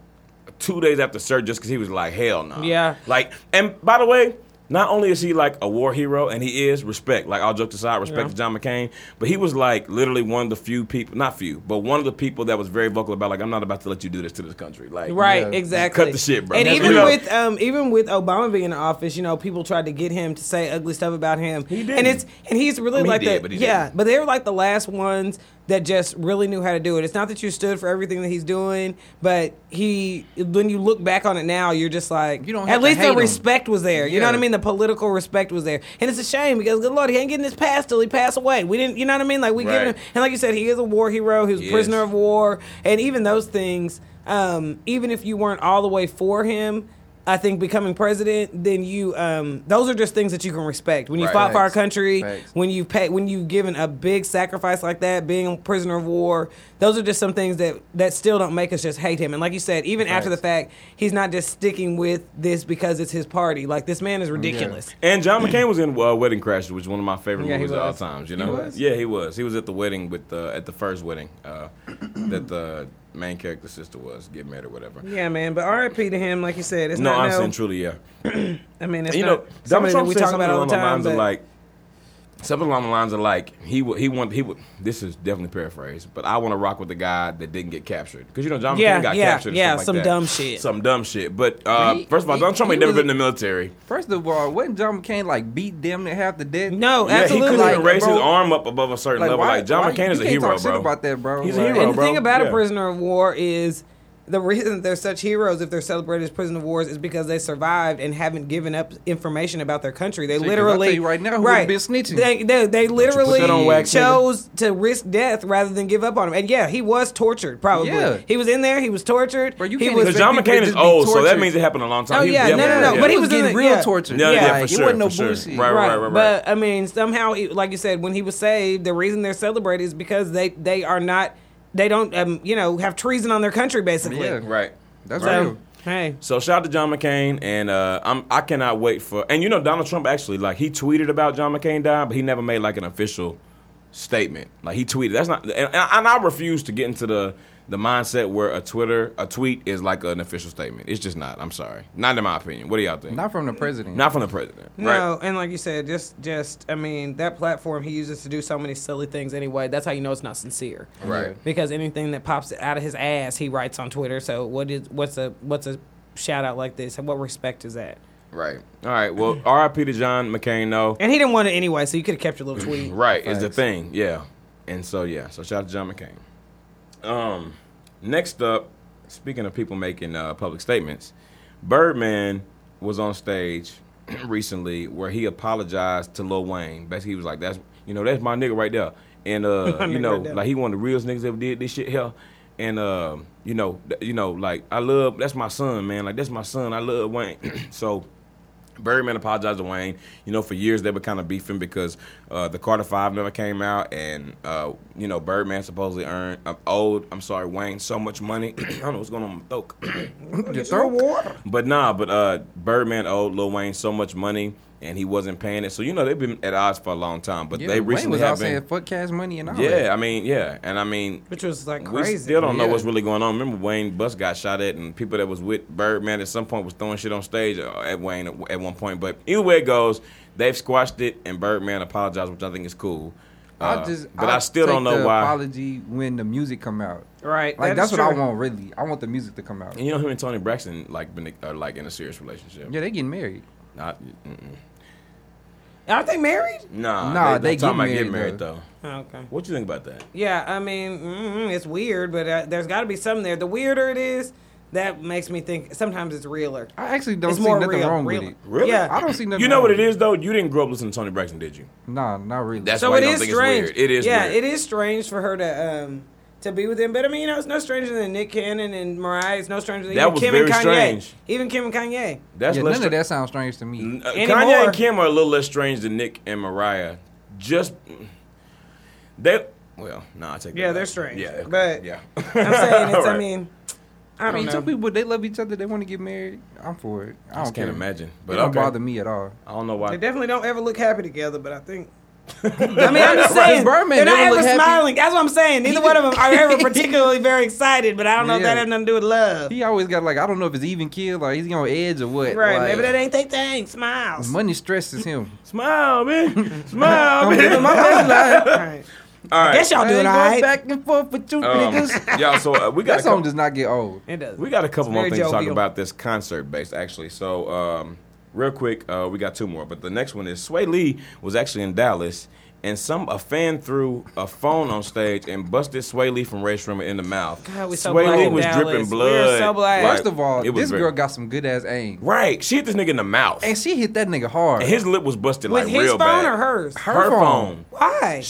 A: two days after surgery just because he was like, hell no.
D: Yeah.
A: Like, and by the way, not only is he like a war hero, and he is respect, like all jokes aside, respect
D: Yeah.
A: to John McCain, but he was like literally one of the few people, not few, but one of the people that was very vocal about like, I'm not about to let you do this to this country. Like,
D: Right,
B: Yeah.
D: exactly.
A: Cut the shit, bro.
D: And
A: That's
D: even
A: real.
D: with um, even with Obama being in office, you know, people tried to get him to say ugly stuff about him. He
A: didn't.
D: And it's and he's really
A: I mean, he
D: like
A: did,
D: that.
A: but he
D: yeah,
A: didn't.
D: but they were like the last ones that just really knew how to do it. It's not that you stood for everything that he's doing, but he when you look back on it now, you're just like
B: You don't have
D: at
B: to
D: least
B: hate
D: the
B: him.
D: respect was there. You know what I
B: Yeah.
D: mean? The political respect was there. And it's a shame because good lord, he ain't getting this pass till he passed away. We didn't you know what I mean? Like we give
A: Right.
D: him and like you said, he is a war hero, he was
A: He
D: a prisoner
A: is.
D: of war and even those things um, even if you weren't all the way for him i think becoming president then you um, those are just things that you can respect when you
A: Right.
D: fought for our
B: Facts.
D: country
B: Facts.
D: when you've paid when you've given a big sacrifice like that being a prisoner of war those are just some things that that still don't make us just hate him and like you said even after the fact he's not just sticking with this because it's his party like this man is ridiculous
A: And John McCain was in uh, Wedding Crashers, which is one of my favorite
D: Yeah, he
A: movies of all
D: was.
A: times. You know,
B: was?
A: yeah, he was. He was at the wedding with the at the first wedding uh, that the main character's sister was get married or whatever.
D: yeah. man but rp to him like you said it's
A: No,
D: not
A: honestly
D: no
A: and truly, yeah.
D: i mean it's
A: you
D: not
A: know, Donald
D: something that
A: Trump
D: we
A: said
D: talk
A: something
D: about all
A: along
D: the
A: the
D: time
A: lines
D: but
A: of like something along the lines of like he would he want he would. This is definitely paraphrased, but I want to rock with the guy that didn't get captured because you know John
D: Yeah,
A: McCain got
D: yeah,
A: captured. and
D: yeah,
A: stuff like
D: some
A: that.
D: dumb shit.
A: Some dumb shit. But uh,
B: He-
A: first of all,
B: he-
A: Donald Trump
B: he
A: ain't never
B: was-
A: been in the military.
B: First of all, wasn't John McCain like beat damn near half the dead?
D: No,
A: Yeah, he
D: absolutely.
A: couldn't
B: Oh, Like,
A: even raise
B: bro,
A: his arm up above a certain
B: like,
A: level.
B: why-
A: like John
B: why-
A: McCain
B: you
A: is a
B: can't
A: hero,
B: talk shit
A: bro.
B: about that, bro.
A: He's a
B: Like-
A: hero,
D: and the
A: bro.
D: thing about a
A: Yeah.
D: prisoner of war is the reason they're such heroes if they're celebrated as prisoner of wars is because they survived and haven't given up information about their country. They
B: 'cause I
D: literally
B: tell you right now, who would've been snitching?
D: They they, they literally
A: that on wax, nigga?
D: chose to risk death rather than give up on him. And yeah, he was tortured probably.
B: Yeah.
D: He was in there, he was tortured.
B: Bro, you
D: he
B: can't
D: was
A: Because John
B: Expect people
A: McCain
B: to
A: is
B: just be
A: old, so that
B: tortured.
A: means it happened a long time.
D: Oh,
A: He was
D: yeah, no,
A: definitely-
D: no, no, but he was in
B: getting
D: the-
B: real
D: yeah.
B: tortured.
A: Yeah, yeah,
B: Like,
A: for
B: it
A: sure,
B: wasn't no
A: for sure.
B: bullshit.
A: Right, right.
D: But I mean, somehow, he- like you said, when he was saved, the reason they're celebrated is because they they are not, they don't, um, you know, have treason on their country basically.
B: Yeah.
A: Right.
B: That's
A: Right.
B: real.
D: Hey.
A: So shout out to John McCain, and uh, I'm I cannot wait for. And you know Donald Trump actually like he tweeted about John McCain dying, but he never made like an official statement. Like he tweeted. That's not. And, and I refuse to get into the the mindset where a Twitter a tweet is like an official statement. It's just not. I'm sorry. Not in my opinion. What do y'all think?
B: Not from the president.
A: Not from the president.
D: No, and like you said, just just I mean that platform he uses to do so many silly things anyway. That's how you know it's not sincere,
A: Right.
D: Because anything that pops out of his ass, he writes on Twitter. So what is what's a what's a shout out like this? And what respect is that?
A: Right. Right. All right. Well, R.I.P. to John McCain. No.
D: And he didn't want it anyway, so you could have kept your little tweet.
A: Right is the thing, yeah. And so yeah, so shout out to John McCain. Um, next up, speaking of people making uh, public statements, Birdman was on stage recently where he apologized to Lil Wayne. Basically, he was like, "That's you know, that's my nigga right there," and uh, you
D: nigga
A: know,
D: right there.
A: like he one of the realest niggas ever did this shit here. And uh, you know, th- you know, like I love that's my son, man. Like that's my son. I love Wayne. so Birdman apologized to Wayne. You know, for years they were kind of beefing because uh, the Carter Five never came out, and uh, you know Birdman supposedly earned uh, owed I'm sorry Wayne so much money. I don't know what's going on with my throat.
B: Your throat water.
A: But nah, but uh, Birdman owed Lil Wayne so much money, and he wasn't paying it. So you know they've been at odds for a long time. But
B: Yeah,
A: they
B: Wayne
A: recently
B: was
A: have
B: out
A: been.
B: saying fuck cash money and all that.
A: yeah, I mean, yeah, and I mean,
D: Which was like
A: we
D: crazy.
A: still don't know
B: Yeah.
A: what's really going on. Remember, Wayne Bus got shot at, and people that was with Birdman at some point was throwing shit on stage uh, at Wayne at, at one point. But either way it goes, they've squashed it, and Birdman apologized, which I think is cool. Uh,
B: I just,
A: but
B: I'll
A: I still
B: take
A: don't know
B: the
A: why.
B: Apology when the music come out.
D: Right,
B: Like
D: that is
B: that's what I
D: true.
B: want. Really, I want the music to come out.
A: and you know, him and Tony Braxton like been are like in a serious relationship.
B: Yeah, they getting married.
A: Not, mm-mm.
D: Are they married?
A: nah,
B: Nah,
A: they,
B: they
A: talking
B: get
A: about getting married
B: married, though.
A: though.
D: Oh, okay.
A: What you think about that?
D: mm-hmm, Yeah, I mean, mm, it's weird, but uh, there's got to be something there. The weirder it is, that makes me think sometimes it's realer.
B: I actually don't
D: it's
B: see
D: more
B: nothing
D: real,
B: wrong
D: real.
B: with it.
A: Really?
D: Yeah.
B: I don't see nothing.
A: You know
B: wrong
A: what it
B: with
A: is though? You didn't grow up listening to Tony Braxton, did you?
B: Nah, not really.
C: That's
D: so
C: why
D: it
C: you don't
D: is
C: think
D: strange.
C: it's weird. It is
D: Yeah,
C: weird.
D: it is strange for her to um to be with him. But I mean, you know, it's no stranger than Nick Cannon and Mariah. It's no stranger than
A: That
D: even
A: was
D: Kim and Kanye.
A: very strange.
D: Even Kim and Kanye.
A: That's
B: yeah,
A: less
B: none of
A: stra-
B: that sounds strange to me.
A: Uh, Kanye
D: Anymore.
A: and Kim are a little less strange than Nick and Mariah. Just they well, no, I take that
D: Yeah,
A: back.
D: they're strange.
A: Yeah, okay.
D: But-
A: yeah.
D: I'm saying it's. I
A: Right.
D: mean, I
B: I
D: don't
B: mean,
D: know.
B: two people they love each other, they want to get married. I'm for it. I
A: I
B: don't
A: just
B: care.
A: can't imagine.
B: It
A: But
B: don't
A: okay.
B: bother me at all.
A: I don't know
D: They
A: why.
D: definitely don't ever look happy together, but I think. I mean, I'm just saying
B: Birdman
D: they're not
B: never
D: ever
B: looked happy.
D: smiling. That's what I'm saying. Neither one of them are ever particularly very excited, but I don't know if
B: Yeah.
D: that has nothing to do with love.
B: He always got like I don't know if it's even killed or he's on edge or what.
D: Right?
B: Like,
D: Maybe that ain't their thing. Smiles.
B: money stresses him.
A: Smile, man. Smile,
B: Don't give
A: man.
B: him my best line.
D: All right.
A: All right.
D: Guess y'all
B: I
D: doing
B: ain't
D: all
B: go
D: right.
B: back and forth with you
A: Um,
B: niggas.
A: y'all, so uh, we got
B: That
A: a
B: song
A: couple,
B: does not get old.
D: It does.
A: we got a couple more
D: very
A: things to talk
D: jovial.
A: about this concert base actually. So, um, real quick, uh, we got two more, but the next one is Sway Lee was actually in Dallas, and some a fan threw a phone on stage and busted Sway Lee from Race Rumor in the mouth.
D: God, we so
A: Sway
D: black
A: Lee
D: in
A: was
D: Dallas.
A: dripping
D: We
A: blood.
D: are so black.
A: Like,
B: First of all,
A: it was
B: this
A: very-
B: girl got some good ass aim.
A: right, she hit this nigga in the mouth,
B: And
A: and,
B: she hit that nigga hard.
A: his lip was busted
D: With
A: like
D: his
A: real
D: phone
A: bad.
D: or hers?
A: Her,
B: Her phone.
A: phone.
D: Why?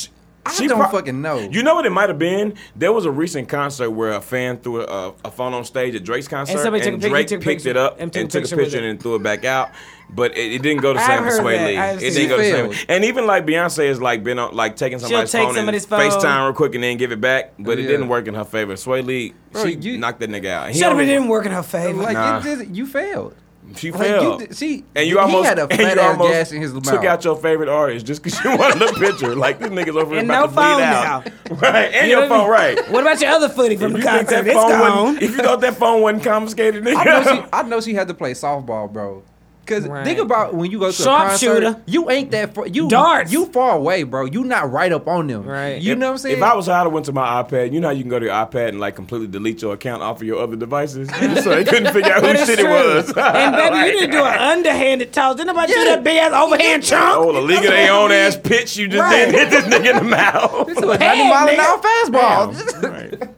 B: I
A: She
B: don't
A: pro-
B: fucking know.
A: You know what it might have been? There was a recent concert where a fan threw a, a phone on stage at Drake's concert, and,
D: somebody took a pic-
A: Drake
D: he took a
A: picked
D: picture-
A: it up
D: and
A: and
D: took
A: took,
D: a picture
A: a
D: with
A: picture
D: it.
A: and threw it back out. But it, it didn't go the
D: I've
A: same for
D: heard that.
A: Sway Lee.
D: I've
A: It
D: seen
A: didn't go
B: that.
A: the
B: She
A: same.
B: failed.
A: And even like Beyonce has like been on, like taking somebody's
D: take
A: phone
D: somebody's
A: and
D: phone.
A: FaceTime real quick and then give it back, but it
B: Yeah.
A: didn't work in her favor. Sway Lee,
B: Bro,
A: she
B: you-
A: knocked that nigga out. And he
D: Shut up! It
A: only-
D: didn't work in her favor.
B: like
A: Nah.
B: it just, you failed.
A: She
B: Like,
A: failed.
B: you did- she-
A: and
B: he
A: you almost
B: had a
A: and you
B: fat ass
A: almost
B: gas in his mouth.
A: Took out your favorite artist just because you wanted a picture. Like this nigga's over here
D: And
A: about
D: no
A: to
D: phone
A: bleed out. Right, and your
D: know what
A: phone,
D: I
A: right?
D: what about your other footy from
A: If
D: the
A: you think
D: concert?
A: that
D: It's
A: phone
D: gone.
A: wasn't, if you thought that phone wasn't confiscated,
B: I know she.
A: nigga,
B: I know she had to play softball, bro. Cause
D: Right.
B: think about when you go to a
D: Sharpshooter.
B: concert, you ain't that far. You
D: Darts.
B: You far away, bro. You not right up on them.
D: Right.
B: You
A: If-
B: know what I'm saying?
A: If I was her, I'd have went to my iPad. You know how you can go to your iPad and like completely delete your account off of your other devices, so they couldn't figure out
D: But
A: who
D: it's
A: shit
D: true.
A: it was.
D: and baby,
A: Like,
D: you didn't do an underhanded toss. Didn't nobody do
B: Yeah.
D: that big ass overhand chunk?
A: Oh, the league of their own ass pitch. You just
D: Right.
A: didn't hit this nigga in the mouth.
B: a 90
D: Hey,
B: mile an
D: nigga.
B: hour fastball.
A: Right.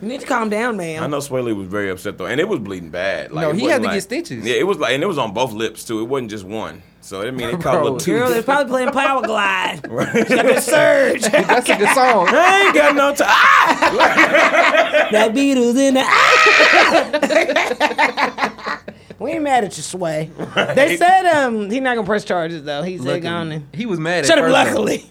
D: You need to calm down,
A: I
D: man.
A: know Swaley was very upset though, and it was bleeding bad. Like,
B: No,
A: it
B: he
A: wasn't
B: had to
A: like-
B: get stitches.
A: Yeah, it was like, and it was on both lips too. It wasn't just one. So I mean, it caught a little
B: Bro.
A: two.
D: Girl, they're probably playing Power Glide. She got that surge.
B: That's a good song.
A: I ain't got no time. Ah!
D: that Beatles in the ah! We ain't mad at you, Sway. They said um he not gonna press charges though. He said gone. and-
B: He was mad at
D: Shut up.
B: first, though.
D: Luckily,
A: He,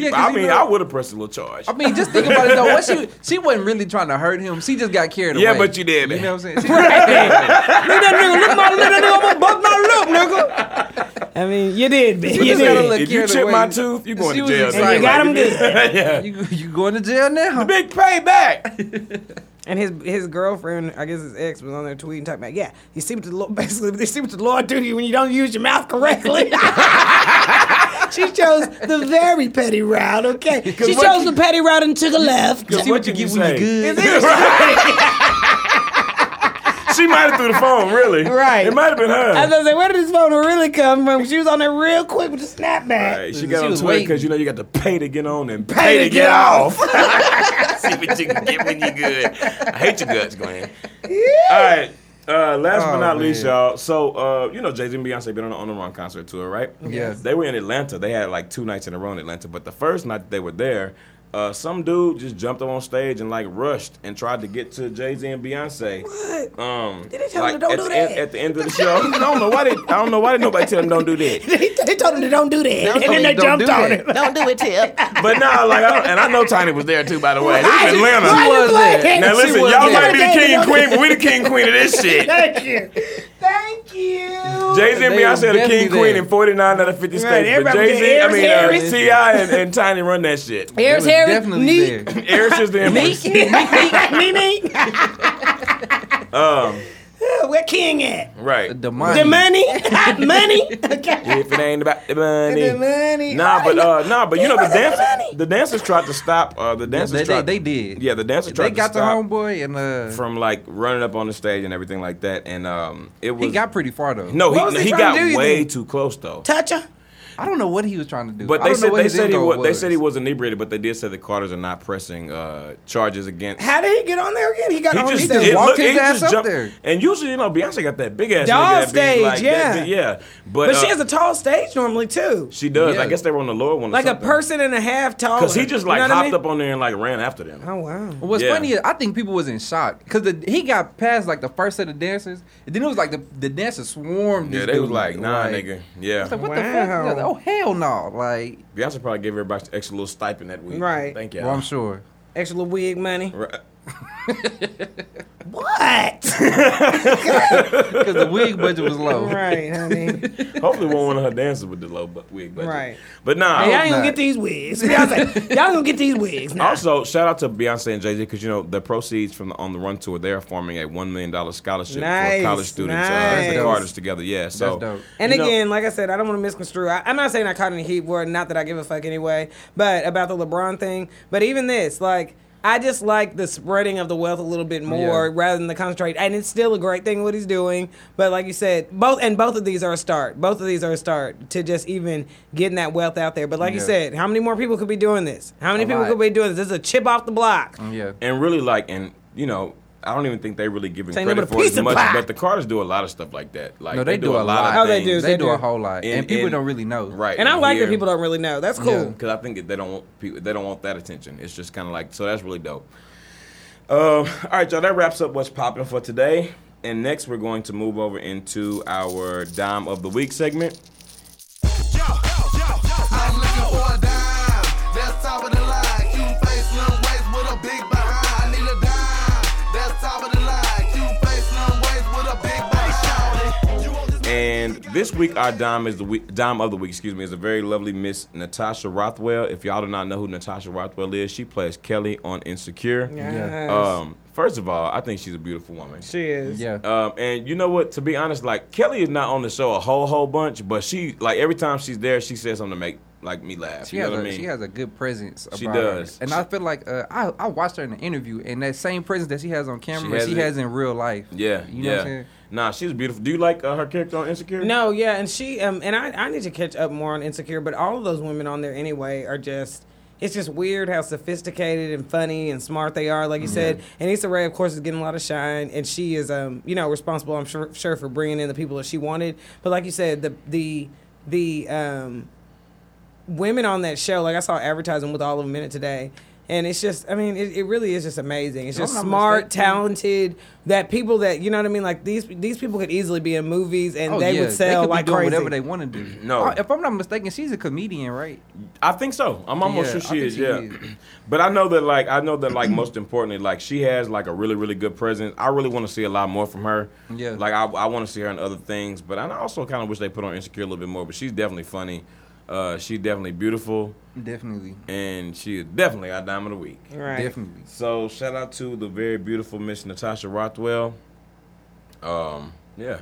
B: Yeah,
A: I
B: 'cause he
A: mean,
B: know-
A: I would have pressed a little charge.
B: I mean, just think about it though. What she she wasn't really trying to hurt him. She just got carried
A: Yeah,
B: away.
A: but you did it.
B: You know what I'm saying? She- Right.
D: look that nigga. Look my look that nigga. I'm gonna bust my loop, nigga. I mean, you did, bitch. You
B: just
D: did.
B: gotta look
A: if you
B: carried
A: chip
B: away.
A: my tooth, you going
B: She
A: to
B: was
A: jail.
B: excited.
A: nigga.
D: You got him
A: yeah.
B: you, you going to jail now?
A: Big payback.
D: And his his girlfriend, I guess his ex, was on there tweeting, talking about, yeah, you see what the Lord, basically, you see what the Lord do to you when you don't use your mouth correctly. she chose the very petty route, okay? She
A: what-
D: chose the petty route and took a left.
A: Because
B: See what you get when you good.
D: Is it-
A: She might have threw the phone, really.
D: Right.
A: It might have been
D: I was
A: her.
D: gonna say, where did this photo really come from? She was on there real quick with the snapback.
A: Right, she got
B: She
A: on
B: was
A: Twitter
B: waiting.
A: because you know you got to pay to get on and pay,
D: to
A: to
D: get
A: get off. See what you can get when you good. I hate your guts, Glenn. All right. Uh, last but
B: Oh,
A: not least,
B: man.
A: y'all. So, uh, you know, Jay Z and Beyonce been on the On the Run concert tour, right?
B: Yes.
A: They were in Atlanta. They had like two nights in a row in Atlanta. But the first night that they were there, uh, some dude just jumped up on stage and like rushed and tried to get to Jay Z and Beyonce. What? Um,
D: Did they tell him to don't
A: at
D: do
A: the
D: that?
A: End, at the end of the show, I don't know why. They, I don't know why did nobody tell him don't do that.
D: they, they told him to don't do that, and
B: told
D: then
B: him
D: they
B: don't
D: jumped
B: do
D: on
B: that.
D: him.
C: Don't do it, Tip.
A: But nah, like, I, and I know Tiny was there too, by the way. This is Atlanta.
D: Why
B: She was
D: you
B: there.
D: playing?
A: Now
B: She
A: listen,
B: was
A: y'all
B: there.
A: might be the king and queen, but we the king and queen of this shit.
D: Thank you. Thank you.
A: Jay Z and
B: They
A: Beyonce are the
B: definitely
A: king queen
B: there.
A: in 49 out of 50 states. But
D: everybody
A: Jay Z,
D: did
A: I mean,
D: Harris,
A: uh,
D: Harris.
A: T.I. and, and Tiny run that shit.
B: They
D: Here's
B: was
D: Harry.
B: definitely
D: Neat.
B: there.
A: Eris is the empress.
D: Meaning,
A: Um,
D: where King at?
A: right.
B: The
D: The
B: money.
D: money, money. Okay.
A: If it ain't about the money.
D: The money.
A: Nah, but uh, nah, but you know the
D: Where's the
A: dancers,
D: money?
A: the dancers tried to stop. Uh, the dancers
B: they- they-
A: tried.
B: they did.
A: Yeah, the dancers tried
B: They
A: to
B: got the
A: stop
B: homeboy and uh,
A: from like running up on the stage and everything like that. And um, it was
B: he got pretty far though.
A: no,
D: What was
A: he,
D: he
A: he
D: trying to
A: got
D: do, you
A: way
D: think?
A: too close though.
D: Touch her.
B: I don't know what he was trying to do.
A: But
B: I
A: they
B: don't know
A: said
B: what
A: they
B: his
A: said
B: end
A: he
B: goal
A: was, they said he was inebriated, but they did say the Carters are not pressing uh, charges against.
D: How did he get on there again? Oh, He got
A: He
D: on.
A: just,
B: just
A: it
B: walked
A: looked-
B: his
A: he
B: ass
A: just
B: up
A: jumped-
B: there.
A: And usually, you know, Beyonce got that big ass.
D: Dog
A: nigga that be
D: stage,
A: like,
D: yeah.
A: that, yeah. But,
D: but she
A: uh,
D: has a tall stage normally too,
A: She does. I
B: Yeah.
A: guess they were on the lower one. or
D: like a
A: something.
D: person and a half tall.
A: Cause he just like
D: you know what I
A: hopped
D: mean?
A: up on there and like ran after them.
D: Oh wow.
B: What's
A: Yeah.
B: funny is I think people was in shock because he got past like the first set of dancers, and then it was like the, the dancers swarmed.
A: Yeah,
B: this
A: they was
B: dude,
A: like, nah, nigga.
B: I was like,
A: Yeah.
B: what
D: Wow.
B: the fuck? Yeah, Oh hell no! Like,
A: Beyonce probably gave everybody extra little stipend that week.
D: Right.
A: Thank you.
B: well, I'm sure.
D: Extra little wig money.
A: Right.
D: What?
B: Because the wig budget was low.
D: right, honey.
A: Hopefully, one of her dancers with the low bu- wig budget.
D: Right.
A: But nah.
D: Hey, y'all ain't gonna
B: not.
D: get these wigs. Beyonce, y'all gonna get these wigs now.
A: Also, shout out to Beyonce and Jay Z because you know the proceeds from the, on the run tour they are forming a one million dollar scholarship
D: Nice,
A: for college students.
D: nice.
A: Uh,
B: That's
A: the
B: dope.
A: Carters together, yeah. So,
B: That's dope.
D: And
A: you know-
D: again, like I said, I don't want to misconstrue. I, I'm not saying I caught any heat for it, not that I give a fuck anyway, but about the LeBron thing. But even this, like, I just like the spreading of the wealth a little bit more
B: Yeah.
D: rather than the concentrate. And it's still a great thing what he's doing. But like you said, both and both of these are a start. Both of these are a start to just even getting that wealth out there. But like you
B: Yeah.
D: said, how many more people could be doing this? How many
B: A
D: people
B: lot. Mm.
D: could be doing this? This is a chip off the block.
B: Yeah.
A: and really like and you know I don't even think they really give him
D: Saying
A: credit
D: they put a
A: for it
D: piece
A: as
D: of
A: much,
D: pie.
A: but the Carters do a lot of stuff like that. Like
B: No, they do a lot.
A: of
D: Oh, they
A: things.
D: do.
B: They do
D: do.
B: a whole lot,
A: And-
B: and, people
A: and-
B: don't really know.
A: Right.
D: And I like
A: here.
D: that people don't really know. That's cool.
A: because I think that they don't want people, they don't want that attention. It's just kind of like so that's really dope. Uh, all right, y'all. That wraps up what's popping for today. And next, we're going to move over into our dime of the week segment.
C: I'm looking for a dime. That's top of the line. Cute face, slim waist with a big behind. I need a dime. That's top of the line. Cute face, slim waist with a big behind. You want this
A: And this week, our dime is the week, dime of the week. Excuse me, is a very lovely Miss Natasha Rothwell. If y'all do not know who Natasha Rothwell is, she plays Kelly on Insecure.
D: Yes.
A: Um, first of all, I think she's a beautiful woman.
D: she is.
B: Yeah.
A: Um, and you know what? To be honest, like Kelly is not on the show a whole whole bunch, but she like every time she's there, she says something to make like me laugh.
B: She
A: you know
B: has,
A: what
B: a,
A: I mean?
B: she has a good presence. About
A: She does.
B: Her. And I feel like uh, I, I watched her in the interview, and that same presence that she has on camera,
A: has
B: she has,
A: it.
B: in real life.
A: yeah,
B: You know
A: yeah.
B: what I'm saying?
A: Nah, she's beautiful. Do you like uh, her character on Insecure?
D: No, yeah, and she um and I I need to catch up more on Insecure, but all of those women on there anyway are just it's just weird how sophisticated and funny and smart they are, like you said. And Issa Rae, of course, is getting a lot of shine, and she is um you know responsible I'm sure, sure for bringing in the people that she wanted. But like you said, the the the um women on that show, like I saw advertising with all of them in it today. And it's just, I mean, it, it really is just amazing. It's
B: If I'm
D: just
B: not
D: smart,
B: mistaken-
D: talented. That people that you know what I mean, like these these people could easily be in movies and
B: Oh,
D: they
B: yeah.
D: would sell
B: could be
D: like
B: doing
D: crazy.
B: whatever they want to do.
A: No.
B: Uh, if I'm not mistaken, she's a comedian, right?
A: I think so. I'm almost
B: Yeah,
A: sure
B: I
A: she
B: think
A: is.
B: she
A: yeah,
B: is.
A: but I know that like I know that like most importantly, like she has like a really really good presence. I really want to see a lot more from her.
B: Yeah.
A: like I, I want to see her in other things, but I also kind of wish they put on Insecure a little bit more. But she's definitely funny. Uh, she's definitely beautiful,
B: Definitely.
A: and she is definitely our dime of the week.
D: Right.
B: Definitely.
A: So shout out to the very beautiful Miss Natasha Rothwell. Um, yeah,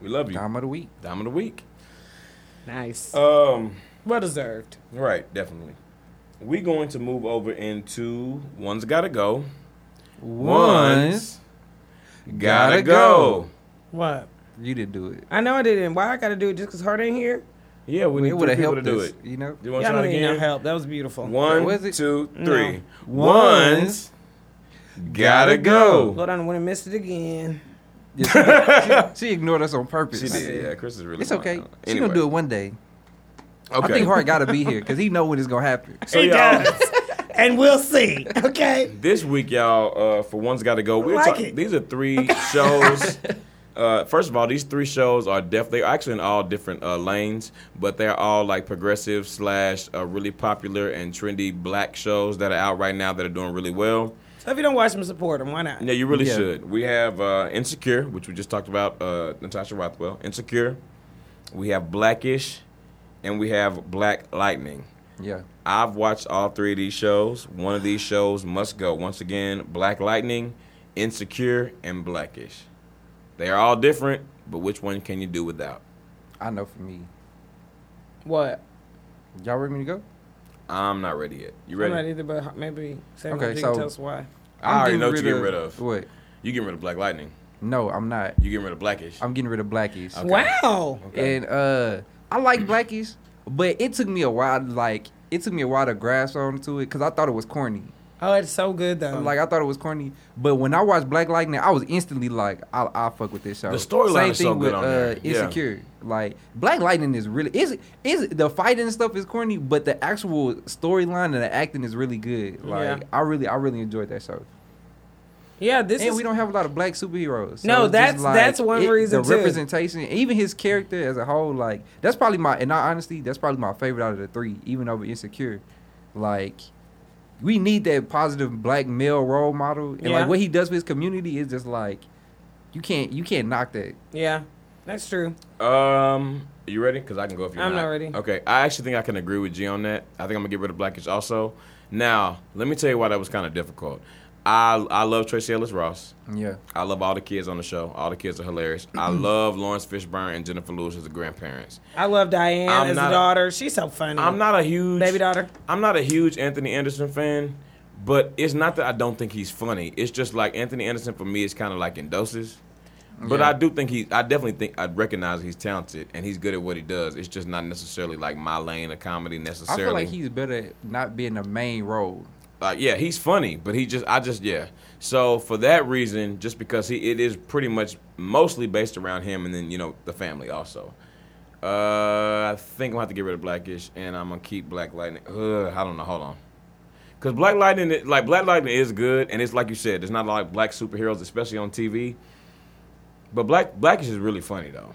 A: we love you.
B: Time of the week.
A: Dime of the week.
D: Nice.
A: Um,
D: well deserved.
A: right, definitely. We going to move over into one's gotta go.
B: Once.
A: gotta
B: gotta
A: go.
B: go.
D: What?
B: You did do it.
D: I know I didn't. Why I got to do it just because Hart ain't here?
A: Yeah, we need
B: It would
A: three
B: have
A: people
B: helped
A: to do
B: us,
A: it.
B: You know?
A: You want to try
D: Y'all don't
A: it
D: need no
A: again?
D: help. That was beautiful.
B: Was
A: One,
B: it?
A: two,
D: No.
A: three.
B: Once.
A: gotta go.
D: Hold on, I wouldn't miss it again.
B: Yeah, she, she ignored us on purpose.
A: She did. Yeah, Chris is really.
B: It's okay.
A: Anyway.
B: She gonna do it one day.
A: Okay.
B: I think Hart gotta be here because he know when it's gonna happen.
A: So y'all,
D: and we'll see. Okay.
A: this week, y'all, uh, for one's got to go. We're
D: like
A: talking.
D: it.
A: These are three shows. Uh, first of all, these three shows are def- they are actually in all different uh, lanes, but they're all like progressive slash uh, really popular and trendy black shows that are out right now that are doing really well.
D: So if you don't watch them, support them. Why not?
A: Yeah, you really
B: Yeah.
A: should. We have uh, Insecure, which we just talked about, uh, Natasha Rothwell. Insecure. We have Blackish, and we have Black Lightning.
B: Yeah.
A: I've watched all three of these shows. One of these shows must go. Once again, Black Lightning, Insecure, and Blackish. They are all different, but which one can you do without?
B: I know for me.
D: What?
B: Y'all ready to go?
A: I'm not ready yet. You ready?
D: I'm not either, but maybe Sam
B: Okay,
D: okay,
B: so-
D: can tell us why.
A: I already
B: getting
A: know what you're getting rid of.
B: What?
A: You getting rid of Black Lightning.
B: No, I'm not.
A: You getting rid of Blackish.
B: I'm getting rid of Blackies.
A: Okay.
D: Wow.
A: Okay.
B: And uh I like Blackies. But it took me a while, like it took me a while to grasp onto it because I thought it was corny.
D: Oh, it's so good though.
B: Like I thought it was corny, but when I watched Black Lightning, I was instantly like, I, I fuck with this show.
A: The storyline
B: Same
A: is so
B: thing
A: good
B: with
A: on
B: uh,
A: there. Yeah.
B: Insecure. Like Black Lightning is really is is the fighting stuff is corny, but the actual storyline and the acting is really good. Like
D: Yeah.
B: I really I really enjoyed that show.
D: yeah, this
B: and
D: is
B: we don't have a lot of black superheroes. so
D: No,
B: it's just
D: that's- that's one reason,
B: The
D: too.
B: representation, even his character as a whole, like that's probably my. In all honesty, that's probably my favorite out of the three, even over Insecure. Like, we need that positive black male role model, and
D: Yeah.
B: like what he does for his community is just like, you can't you can't knock that.
D: yeah, that's true.
A: Um, you ready? Because I can go if you're
D: I'm not ready.
A: Okay, I actually think I can agree with G on that. I think I'm gonna get rid of Blackish also. Now, let me tell you why that was kind of difficult. I I love Tracy Ellis Ross.
B: Yeah,
A: I love all the kids on the show. All the kids are hilarious. I
B: Mm-hmm.
A: love Lawrence Fishburne and Jennifer Lewis as the grandparents.
D: I love Diane
A: I'm
D: as a
A: not a-
D: daughter. She's so funny.
B: Mm-hmm.
A: I'm not a huge
D: Baby daughter.
A: I'm not a huge Anthony Anderson fan, but it's not that I don't think he's funny. It's just like Anthony Anderson for me is kind of like in doses. But
B: Yeah.
A: I do think he. I definitely think I recognize he's talented and he's good at what he does. It's just not necessarily like my lane of comedy
B: I
A: necessarily.
B: feel like he's better at not being the main role.
A: Like, yeah, he's funny, but he just I just yeah. So for that reason, just because he it is pretty much mostly based around him and then, you know, the family also. Uh I think I'm gonna have to get rid of Blackish and I'm gonna keep Black Lightning. Ugh, I don't know, hold on. Cause Black Lightning is- like Black Lightning is good and it's like you said, there's not a lot of black superheroes, especially on TV. But Black Blackish is really funny though.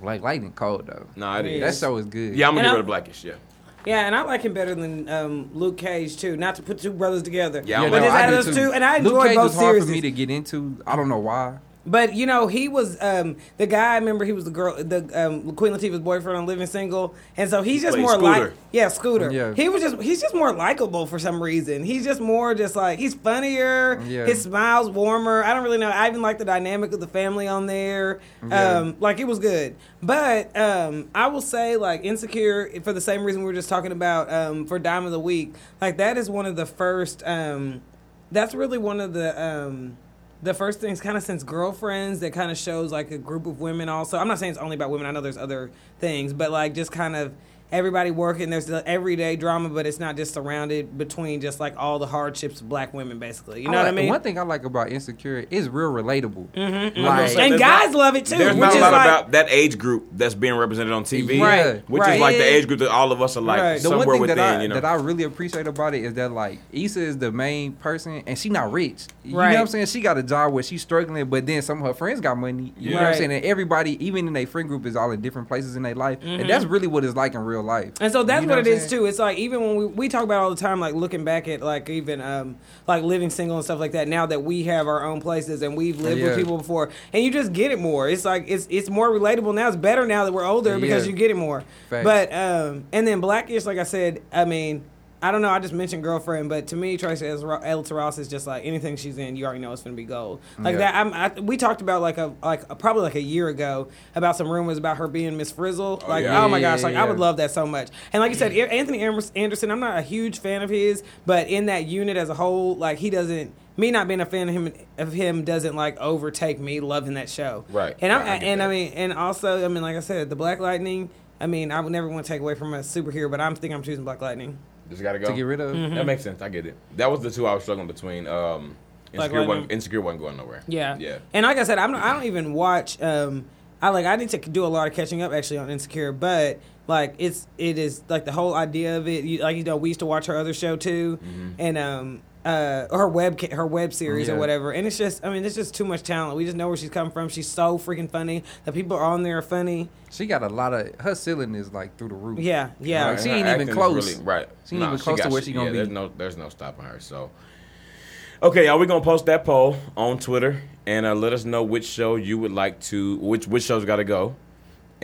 B: Black Lightning cold though.
A: Nah, it is.
B: That show is good.
A: Yeah, I'm gonna get
D: And I'm-
A: rid of Blackish, yeah.
D: yeah, and I like him better than um, Luke Cage too. Not to put two brothers together.
A: Yeah, I
D: but
A: know,
D: it's
A: I
D: out
B: do
D: of those
B: too.
D: two, and I
B: Luke
D: enjoyed
B: Cage
D: both
B: was hard
D: series.
B: for me to get into. I don't know why.
D: But you know, he was um, the guy. I remember he was the girl, the um, Queen Latifah's boyfriend on Living Single, and so he's just
A: played
D: more like
A: Scooter.
D: yeah, Scooter.
B: Yeah.
D: He was just he's just more likable for some reason. He's just more just like he's funnier.
B: Yeah.
D: His smile's warmer. I don't really know. I even like the dynamic of the family on there.
B: Yeah.
D: Um, like it was good. But um, I will say like Insecure for the same reason we were just talking about um, for Dime of the Week. Like that is one of the first. Um, that's really one of the um the first things kind of since girlfriends that kind of shows like a group of women also i'm not saying it's only about women i know there's other things but like just kind of everybody working there's the everyday drama but it's not just surrounded between just like all the hardships of black women basically you know
B: I
D: what i
B: like-
D: mean
B: One thing I like about Insecure is real relatable.
A: I'm gonna
B: Like,
A: say
D: and
A: there's
D: guys
A: not-
D: love it too
A: There's
D: which
A: not
D: is
A: a lot
D: like
A: about that age group that's being represented on TV,
B: Yeah.
A: which
D: Right.
A: is like the
D: Yeah.
A: age group that all of us are like
D: Right. The
B: the one
A: somewhere
B: thing
A: within.
B: that I
A: you know,
B: that I really appreciate about it is that like Issa is the main person and she not rich. You know
D: Right.
B: what I'm saying? She got a job where she's struggling, but then some of her friends got money. You know what
D: Right.
B: I'm saying? And everybody, even in their friend group, is all in different places in their life, and that's really what it's like in real life.
D: And so that's
B: You know
D: what it
B: I'm
D: is
B: saying?
D: too. It's like even when we, we talk about it all the time, like looking back at like even um like living single and stuff like that. Now that we have our own places and we've lived with
B: Yeah.
D: people before, and you just get it more. It's like it's it's more relatable now. It's better now that we're older because
B: Yeah.
D: you get it more.
B: Facts.
D: But um and then blackish, like I said, I mean. I don't know. I just mentioned girlfriend, but to me, Tracy El Ross is just like anything she's in. You already know it's gonna be gold. Like
B: Yeah.
D: that. I'm, I, we talked about like a like a, probably like a year ago about some rumors about her being Miss Frizzle. Like,
A: yeah.
D: oh my
B: Yeah,
D: gosh,
B: yeah,
D: like I
B: yeah.
D: would love love that so much. And like you said, A- Anthony Am- Anderson, I'm not a huge fan of his, but in that unit as a whole, like he doesn't. Me not being a fan of him of him doesn't like overtake me loving that show.
A: Right.
D: And I'm
A: Yeah, I get
D: and I
A: that.
D: mean and also I mean like I said, the Black Lightning. I mean I would never want to take away from a superhero, but I'm think I'm choosing Black Lightning.
A: just gotta go.
B: To get rid of.
A: That makes sense. I get it. That was the two I was struggling between. Um,
D: Like
A: insecure,
D: right
A: wasn't,
D: now?
A: insecure wasn't going nowhere.
D: Yeah.
A: Yeah.
D: And like I said, I'm not, I don't even watch. Um, I like I need to do a lot of catching up actually on Insecure, but like it's it is like the whole idea of it. You, like you know, we used to watch her other show too, and um. Uh, her web ca- her web series or
B: Yeah.
D: whatever, and it's just I mean it's just too much talent. We just know where she's coming from. She's so freaking funny. The people on there are funny.
B: She got a lot of her ceiling is like through the roof.
D: Yeah, yeah.
B: Right. she
A: her
B: ain't even
A: acting is
B: close.
A: right.
B: She ain't even close to
A: got-
B: where she gonna
A: yeah,
B: be.
A: There's no, there's no stopping her. So, okay, y'all, we gonna post that poll on Twitter and uh, let us know which show you would like to, which which show's got to go.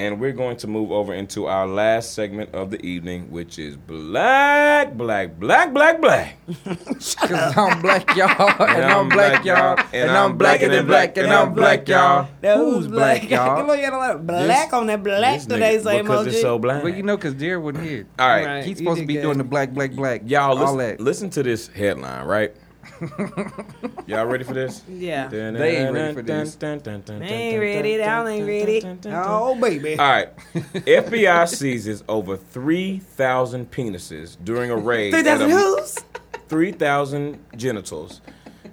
A: And we're going to move over into our last segment of the evening, which is black, black, black, black, black.
B: Cause I'm black y'all, and I'm black y'all, and I'm blacker than black, and I'm black y'all. Who's black y'all?
D: Look at a lot of black on that black
A: This nigga-
D: today. Same
A: because it's so black.
B: But you know, cause Jared wasn't here.
A: All right.
D: Right.
B: He's
D: you
B: supposed to
D: did
B: be
D: good.
B: doing the black, black, black.
A: Y'all,
B: all
A: listen,
B: that.
A: listen to this headline, right? Y'all ready for this?
D: Yeah.
A: Dun,
B: They
A: dun,
B: ain't ready for
A: dun,
B: this.
A: dun, dun, dun, dun,
D: I ain't
A: dun,
D: ready.
A: dun,
D: That
A: dun,
D: ain't
A: dun,
D: ready.
A: dun, dun, dun, dun.
D: Oh, baby.
A: All right. FBI seizes over 3,000 penises during a raid.
D: Three
A: at
D: thousand
A: a-
D: who's?
A: 3,000 genitals.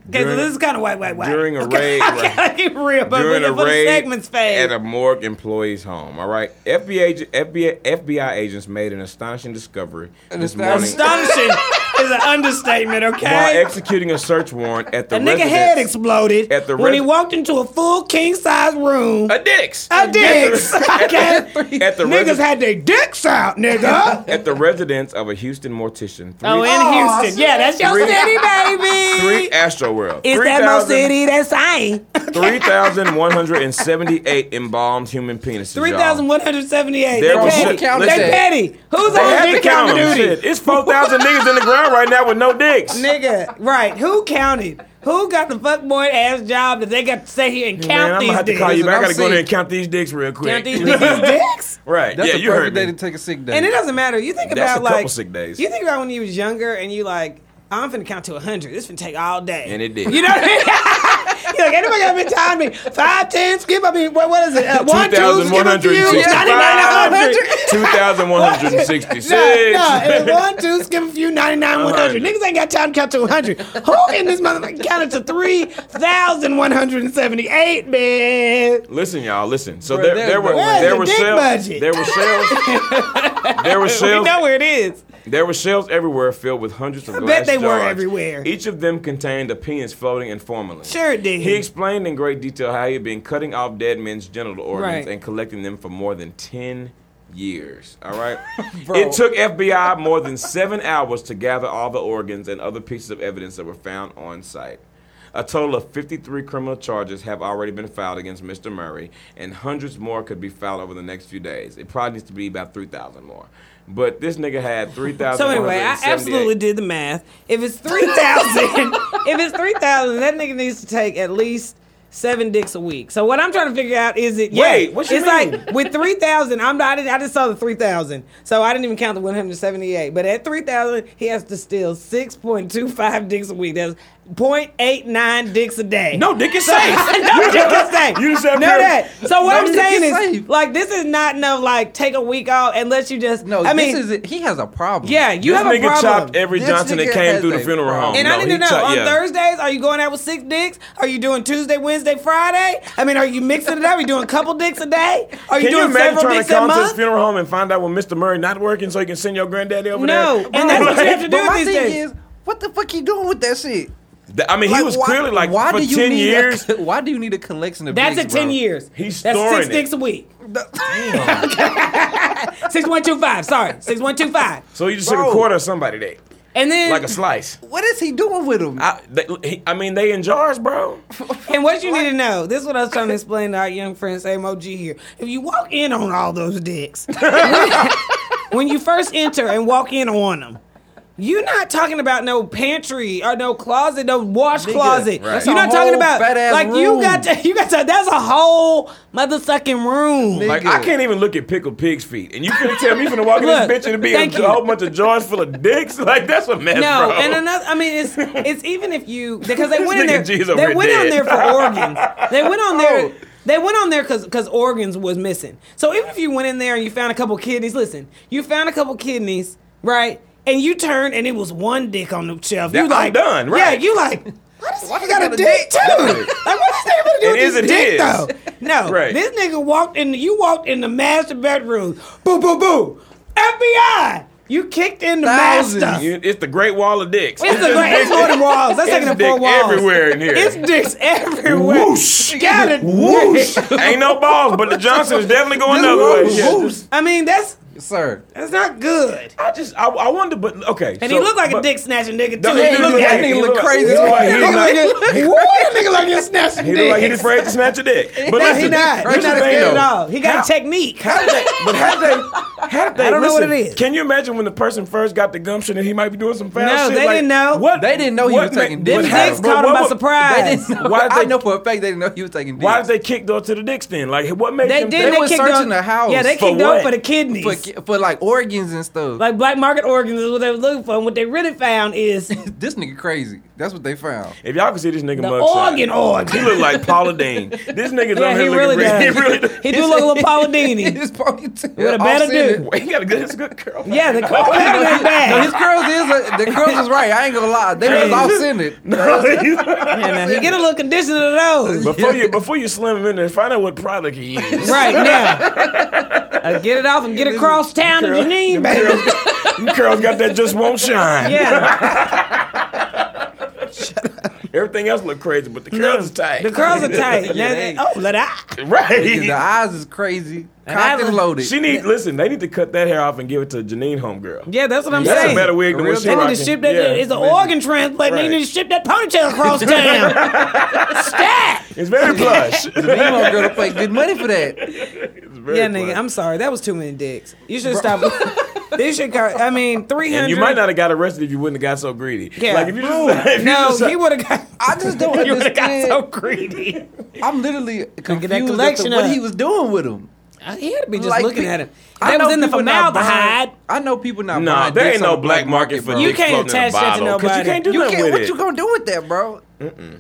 D: Okay, so this is kind of white, white, white.
A: during a raid.
D: I gotta keep real, but
A: during
D: we're
A: a
D: for the
A: raid
D: segments phase.
A: at a morgue employee's home. All right, FBI FBI FBI agents made an astonishing discovery this morning
B: astonishing-
D: Astonishing is an understatement.
A: while
D: Okay.
A: executing a search warrant at the
D: A nigga head
A: residence-
D: exploded
A: at the
D: when he
A: resi-
D: walked into a full king size room.
A: a dicks
D: A dicks.
A: at the,
D: Okay.
A: at the, at the
D: Niggas
A: resi-
D: had their dicks out, nigga.
A: at the residence of a Houston mortician. Three
D: oh, in
B: Aw,
D: Houston. Yeah, that's your
A: Three-
D: city, baby.
A: three Astro World.
D: It's that most city that's I.
A: 3,178 embalmed human penises. y'all.
D: 3,178. They
A: There was
D: petty.
A: shit-
D: They
B: listen.
D: petty. Who's
A: They
D: on
A: had to
D: dick
A: count
D: counting
A: them.
D: duty?
A: Shit, It's 4,000 niggas in the ground right now with no dicks.
D: Nigga, right. Who counted? Who got the fuckboy ass job that they got to sit here and
A: Man, I'm
D: count
A: gonna have to
D: these
A: call you
B: Listen,
D: dicks?
A: back. I
B: I'm
A: gotta go in there
B: sick.
A: and count these dicks real quick.
D: Count these niggas' dicks?
A: Right?
B: That's
A: yeah,
B: the
A: you heard
B: perfect day
A: me.
B: to take a sick day.
D: And it doesn't matter. You think
A: That's
D: about
A: a
D: like
A: couple sick days.
D: You think about when you was younger and you like, "Oh, I'm finna count to hundred. This finna take all day.
A: And it did.
D: You know what I mean? You're like, anybody got been time me? Five, ten, skip. I mean, what, what is it? Uh, one, two, skip a few. Yeah, 99, 100.
A: 2,166.
D: No, no, it was one, two, skip a few, 99, 100. Niggas ain't got time to count to 100. Who in this motherfucker counted to 3,178, man?
A: Listen, y'all. Listen. So
B: Bruh,
A: there,
B: that-
A: there were
D: where's
A: there
D: the
A: were
D: dick
A: shells.
D: budget?
A: There were shells. There were
D: We
A: shells.
D: know where it is.
A: There were shells everywhere, filled with hundreds of
D: I
A: glass
D: bet they were
A: jars.
D: everywhere.
A: Each of them contained a penis floating in formalin.
D: Sure it did.
A: He explained in great detail how he had been cutting off dead men's genital organs
D: Right.
A: and collecting them for more than ten years. All right.
B: Bro.
A: it took FBI more than seven hours to gather all the organs and other pieces of evidence that were found on site. A total of 53 criminal charges have already been filed against Mr. Murray, and hundreds more could be filed over the next few days. It probably needs to be about 3,000 more. But this nigga had 3,000.
D: So anyway, I absolutely did the math. If it's three thousand, if it's three thousand, that nigga needs to take at least seven dicks a week. So what I'm trying to figure out is it?
A: Wait,
D: yeah,
A: what you
D: it's
A: mean?
D: like with three thousand. I'm not. I, didn't, I just saw the three thousand, so I didn't even count the one hundred seventy eight. But at three thousand, he has to steal six point two five dicks a week. That's 0.89 dicks a day.
A: No, dick is safe.
D: no dick is safe.
A: You just said
D: know
A: peri-
D: that. So what
B: No
D: I'm
B: dick
D: saying
B: is
D: is,
B: safe.
D: like, this is not enough. Like, take a week off and let you just.
B: no,
D: I mean,
B: this is he has a problem.
D: yeah, you
A: this
D: have a
A: nigga
D: problem.
A: chopped every
B: This
A: Johnson that
B: nigga
A: came
B: has
A: through the
B: a
A: funeral home.
B: problem.
D: And I need
A: Oh, he
D: to know uh,
A: chopped-
D: on
A: yeah.
D: Thursdays, are you going out with six dicks? Are you doing Tuesday, Wednesday, Friday? I mean, are you mixing it up? Are you doing a couple dicks a day? Are
A: Can
D: you
A: you
D: doing
A: imagine
D: several
A: trying
D: dicks
A: to
D: a
A: come to his
D: month?
A: funeral home and find out when Mr. Murray not working so you can send your granddaddy over
D: No,
A: there?
D: and that's what you have to
B: But
D: do
B: my
D: these
B: thing
D: days.
B: is, what the fuck you doing with that shit?
A: Th- I mean, he was clearly like for
B: do you
A: 10
B: need a-
A: years.
B: why do you need a collection of?
D: That's
B: dicks,
D: at 10
B: bro?
D: years.
A: He's
D: That's
A: storing
D: six
A: it.
D: dicks a week.
B: Damn.
D: 6125, sorry. 6125.
A: So you just took
B: Bro.
A: a quarter of somebody there,
D: And then,
A: like a slice.
B: what is he doing with them?
A: I, they, he, I mean, they in jars, bro.
D: and what you need to know, this is what I was trying to explain to our young friend Sam OG here. If you walk in on all those dicks, when you first enter and walk in on them, you're not talking about no pantry or no closet, no wash
A: Right.
D: closet. You're
B: That's a
D: not talking
B: whole
D: about
B: fat-ass
D: like you
B: room.
D: got to, you got to. That's a whole motherfucking room.
B: Nigga.
A: Like I can't even look at pickled pig's feet, and you finna tell me you finna walk in
D: Look,
A: this bitch and it be
D: thank
A: a,
D: you.
A: whole bunch of jars full of dicks? Like that's a mess,
D: No,
A: bro.
D: and another. I mean, it's it's even if you because they
A: This
D: went in
A: nigga
D: there.
A: G's over
D: They
A: here
D: went on
A: dead.
D: there for organs. They went on there.
B: Oh.
D: They went on there because organs was missing. So even if you went in there and you found a couple kidneys, listen, you found a couple kidneys, right? And you turned and it was one dick on the shelf.
A: That-
D: you
A: I'm
D: like
A: done, right.
D: Yeah, you like. Why does
B: Why does he
D: he got,
B: got
D: a
B: a
D: dick,
B: dick?
D: too? like what is that got to do
A: And
D: with
A: is
D: this
A: it
D: dick
A: his?
D: though? No,
A: Right.
D: this nigga walked in. You walked in the master bedroom. Boo, boo, boo. FBI, you kicked in the
B: Thousands.
D: master.
A: You- it's the Great Wall of dicks.
D: It's the
A: just
D: great. It's
A: dick-
D: more than walls. That's
A: it's
D: taking the
A: dick
D: four walls.
A: everywhere in here.
D: It's dicks everywhere.
A: Whoosh.
D: Got it.
A: Whoosh. Ain't no balls, but the Johnson is definitely going the other way.
B: whoosh.
A: Yeah.
B: Whoosh.
D: I mean, that's
B: Sir,
D: that's not good.
A: I just, I, I wonder, but okay. so-
D: And he looked like a
A: but-
D: dick snatching nigga too.
A: No,
D: He
A: he
D: looked
A: looked
D: like-
A: like- he looked like-
B: crazy.
A: he looked like
B: He
A: he's
B: looked
A: not-
B: like-
D: Woo, that nigga like he'll snatch
A: He look like he's afraid to snatch a dick. But
D: No,
A: listen,
D: he not.
A: here's
D: He
A: the thing,
D: not scared at
A: though.
D: all. He got
A: How-
D: a technique.
A: How did they? But how did they? How did they?
D: I don't know what
A: listen,
D: it is.
A: Can you imagine when the person first got the gumption and he might be doing some foul
D: No,
A: shit?
D: they
A: like,
D: didn't know.
A: What
B: They didn't know he
A: what
B: was
A: ma-
B: taking
A: what
B: dick.
D: Them
A: happened?
D: dicks
A: But
D: caught him
A: what
D: by
A: wa-
D: surprise.
B: They didn't know.
A: Why did
B: I
A: they-
B: know for a fact they didn't know he was taking.
A: Why did
B: dicks.
A: they kick door to the dicks then? Like what made
D: They
A: them
D: did.
A: think-
D: They
B: was
D: kicked
B: searching
D: up.
B: the house.
D: Yeah, they
A: For
D: kicked up
A: what?
D: for the kidneys.
B: for, for like organs and stuff?
D: like black market organs is what they were looking for. And what they really found is the
B: this nigga crazy. That's what they found.
A: If y'all can see this nigga mugshot,
D: organ
A: he
D: organ.
A: look like Paula Dean. This nigga's
D: Yeah,
A: on
D: he
A: here
D: really
A: looking real-
D: does.
A: He really does.
D: He do look a little Paul Dini.
B: His ponytail.
D: With a better
B: offset.
D: dude.
A: Wait, he got a good, it's a good curl.
D: Yeah, the curls ain't
B: No, his
D: bad.
B: curls is uh, the curls is right. I ain't gonna lie. They was all centered.
A: No,
D: Yeah, now, he get a little conditioner to those.
A: before you before you slim him in there, find out what product he uses.
D: Right now, Uh, get it off and get across town if you need, baby.
A: Them curls got that just won't shine.
D: Yeah,
A: Everything else look crazy, but the curls are tight.
D: the curls are tight.
B: Yeah,
D: Now
B: they-
D: they- oh, let out.
B: The
A: right.
B: eyes is crazy.
D: And I
B: Cocked
D: was-
B: and loaded.
A: She need listen. They need to cut that hair off and give it to Janine homegirl.
D: Yeah, that's what I'm
A: That's
D: saying.
A: a better wig than what she
D: They need
A: rocking.
D: to ship that.
A: Yeah.
D: It's an organ transplant.
A: Right.
D: They need to ship that ponytail across town. Stat.
A: It's very plush. It's
B: The emo girl to pay good money for that.
A: very
D: Yeah,
A: plush.
D: nigga. I'm sorry. That was too many dicks. You should stop. they should. co- I mean, three hundred.
A: And you might not have got arrested if you wouldn't have got so greedy.
D: Yeah.
A: Like if you just, if you
D: No,
A: just-
D: he would have got.
B: I just don't
A: you would have got
B: understand.
A: so greedy.
B: I'm literally
D: get
B: confused
D: that
B: as to
D: collection
B: what
D: up.
B: he was doing with him.
D: He had to be just
B: Like,
D: looking
B: pe-
D: at him.
B: I
D: That
B: know
D: was in the
B: people not buying-
D: formaldehyde.
B: I know people not.
A: Nah,
B: buying
A: there
B: dicks
A: ain't
B: on
A: no
B: the
A: black market for
B: bro.
A: dicks
D: You can't
A: floating in a
D: attach that to
A: bottle, 'cause You
D: nobody.
A: can't do
B: You
A: nothing
B: can't.
A: with
B: What
A: it.
B: you gonna do with that, bro?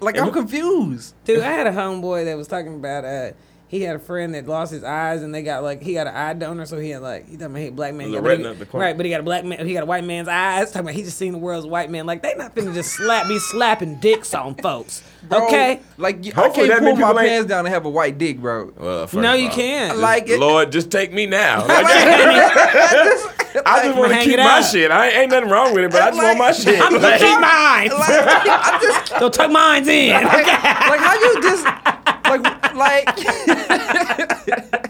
B: Like I'm confused.
D: Dude, I had a homeboy that was talking about. uh he had a friend that lost his eyes, and they got like he got an eye donor, so he had like he talking about he a black man,
A: The
D: got- but he-
A: retina, the clone.
D: right? But he got a black man, he got a white man's eyes. Talking about he just seen the world's white man. Like they not finna just slap be slapping dicks on folks,
B: Bro,
D: okay?
B: Like y-
A: Hopefully
B: I
A: that
B: can't pull
A: many
B: my
A: people ain't-
B: pants down and have a white dick, bro.
A: Well, first
D: No,
A: of
D: you
A: all,
D: can't.
A: just-
B: Like it-
A: Lord, just take me now. Like, I just want to
D: hang
A: keep
D: it
A: my
D: out.
A: shit. I ain't, ain't nothing wrong with it, but I just want my
B: Like-
A: shit.
D: I'm gonna
A: Like,
D: keep my eyes.
B: I just
D: Don't tuck my eyes in.
B: like how you just like like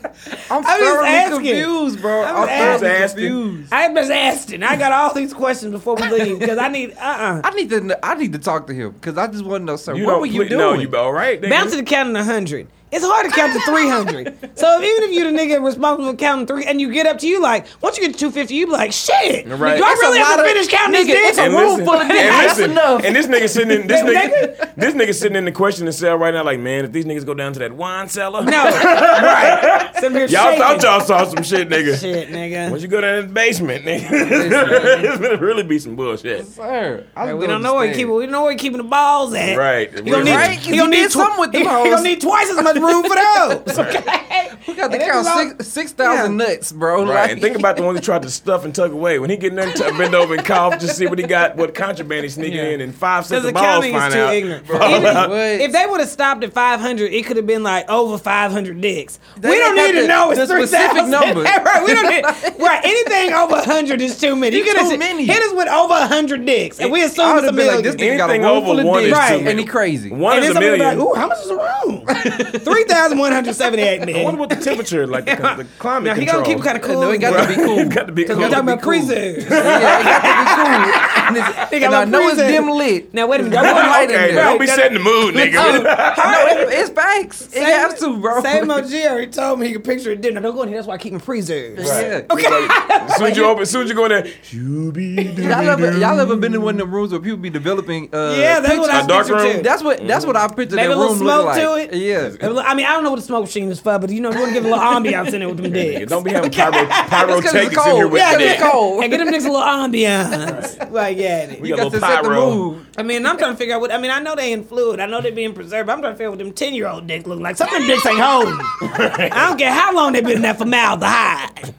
B: I'm,
D: I'm just
B: thoroughly
D: asking.
B: confused, bro.
D: I'm
B: I'm,
D: just
B: thoroughly
A: asking.
B: confused.
D: I'm just asking. I got all these questions before we leave because I need uh uh
B: I need to kn- I need to talk to him because I just want to know, sir.
A: you
B: what
A: don't
B: were you
A: ple-
B: doing?
A: No, you all right? nigga?
D: Bounce to the count of hundred. It's hard to count to three hundred. So if, even if you the nigga responsible for counting three, and you get up to you like once you get to two fifty, you be like, shit.
A: Right.
D: Do I
A: It's
D: really
B: a
D: have to
B: lot of-
D: finish counting these
B: nigga,
D: dicks?
B: it's a room full of
A: and
B: niggas. That's
A: listen,
B: enough.
A: And this nigga sitting in this
D: That
A: nigga, this nigga sitting in the question and cell right now. Like, man, if these niggas go down to that wine cellar,
D: no, right. Sitting here
A: y'all
D: shaking.
A: thought y'all saw some shit, nigga.
D: shit, nigga.
A: Once you go down in the basement, nigga, it's gonna really be some bullshit.
B: sir. I
D: Right, we don't know where he keep. We don't know where he keeping the balls at.
A: Right.
D: You gonna need.
B: Right, 'cause
D: You gonna
B: he
D: need
B: did something with the
D: he, he
B: balls.
D: gonna need twice as much room for those. Okay.
B: We got to
D: And it
B: count
D: was all-
B: six six thousand
D: Yeah.
B: nuts, bro.
A: Right,
B: Like,
A: and think about the ones who tried to stuff and tug away. When he get in there, and t- bend over and cough, just see what he got, what contraband he's sneaking in, and five
D: Because
A: cents
D: the
A: of balls
D: counting
A: find
D: is too
A: out.
D: ignorant.
A: Bro,
D: Even-
B: What?
D: if they would have stopped at 500, it could have been like over 500 dicks. we
B: ain't
D: don't
B: got
D: need to
B: the-
D: know it's
B: the specific
D: 3,000.
B: number.
D: right, we don't need, right, anything over 100 is too many. You
B: It's
D: get us,
B: too many.
D: Hit us with over 100 dicks, and we
B: I
D: assume
B: would
D: it's a
B: have been
D: million.
B: like, this nigga got a
A: Anything
B: room full
A: over
B: of
A: one is
B: dicks,
D: too
B: and
A: many.
B: he crazy.
A: one
D: and then
A: is a
D: somebody
A: million.
D: be like, ooh, how much is the room? 3,178
A: I wonder
D: million.
A: what the temperature like the, the climate
D: Now, he
A: control.
D: gonna keep kind of cool.
B: No, he got to be cool.
A: You got to be
B: Cause
A: cool.
D: We're
B: gotta
D: talking
B: be
D: about
B: cool.
D: preserves.
B: yeah, he got to be cool. And,
D: They
B: it's,
D: got
B: and
D: my
B: I know it's
D: freezer.
B: dim lit.
D: Now, wait a minute.
B: Got one light in
A: okay,
B: there.
A: don't be setting the mood,
D: Oh.
A: nigga.
B: no, it, it's facts. It
D: Same-
B: has to, bro.
D: Same OG already told me he could picture a dinner. Don't go in here. That's why I keep him freezers.
B: Yeah.
A: as soon as you open, as soon as you go in there, you be
B: Y'all ever, y'all ever been in one of them rooms where people be developing? Uh,
D: Yeah, that's what I
A: A dark
D: picture
A: room? Mm-hmm.
D: too.
B: That's what that's what I picture
D: Maybe
B: that
D: a little
B: room look
D: smoke
B: like.
D: to it.
B: Yeah,
D: I mean, I don't know what a smoke machine is for, but you know, you want to give a little ambiance in it with them dicks.
A: Don't be having pyro, pyrotechnics in
B: cold.
A: here with
B: Yeah,
A: the
B: 'cause it's
A: dick.
B: cold.
D: And get them niggas a little ambiance. Like, yeah.
A: We
D: nigga.
B: you
A: got a
B: got to
A: little
B: set the
A: pyro.
B: mood.
D: I mean, I'm trying to figure out what. I mean, I know they in fluid. I know they being preserved. I'm trying to figure out what them 10 year old dick look like. Some of them dicks ain't holding. I don't care how long they been in that formaldehyde.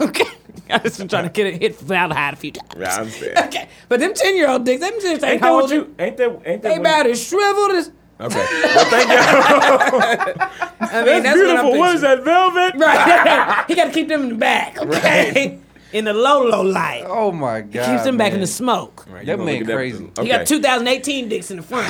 D: Okay. I just been trying to get it hit formaldehyde a few times.
A: Yeah, I understand.
D: Okay. But them 10 year old dicks, them dicks ain't
A: Ain't that what
D: holding.
A: you? Ain't that? Ain't that?
D: They
A: what-
D: about as shriveled as.
A: Okay. Well, thank y'all.
D: I mean,
A: That's,
D: that's,
A: beautiful.
D: What
A: What
D: I'm
A: is that velvet?
D: Right. he got to keep them in the back, okay? In the low, low light.
B: Oh my god,
D: Keeps them back
B: man.
D: in the smoke.
A: Right, you
B: That
A: gonna
B: man
A: look at
B: crazy.
A: Okay.
D: You got 2018 dicks in the front.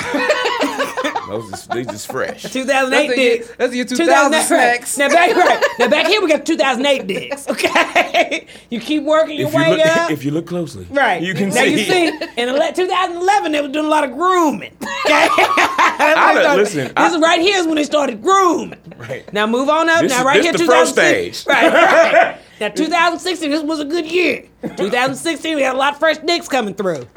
A: Those is, these is fresh.
D: 2008
B: That's a year-
D: dicks.
B: that's a year 2000 snacks.
D: Now back, right. now back here we got 2008 dicks. Okay, you keep working your
A: If you,
D: way
A: look,
D: up.
A: if you look closely,
D: right.
A: you can
D: now
A: see.
D: you see, in ele- 2011 they were doing a lot of grooming. Okay,
A: I
D: started.
A: listen,
D: this
A: I-
D: is right here is when they started grooming. Right. Now move on up.
A: This
D: now
A: is-
D: right
A: this
D: here,
A: the first
D: 2016.
A: stage.
D: Right, right. Now 2016, this was a good year. 2016, we had a lot of fresh dicks coming through.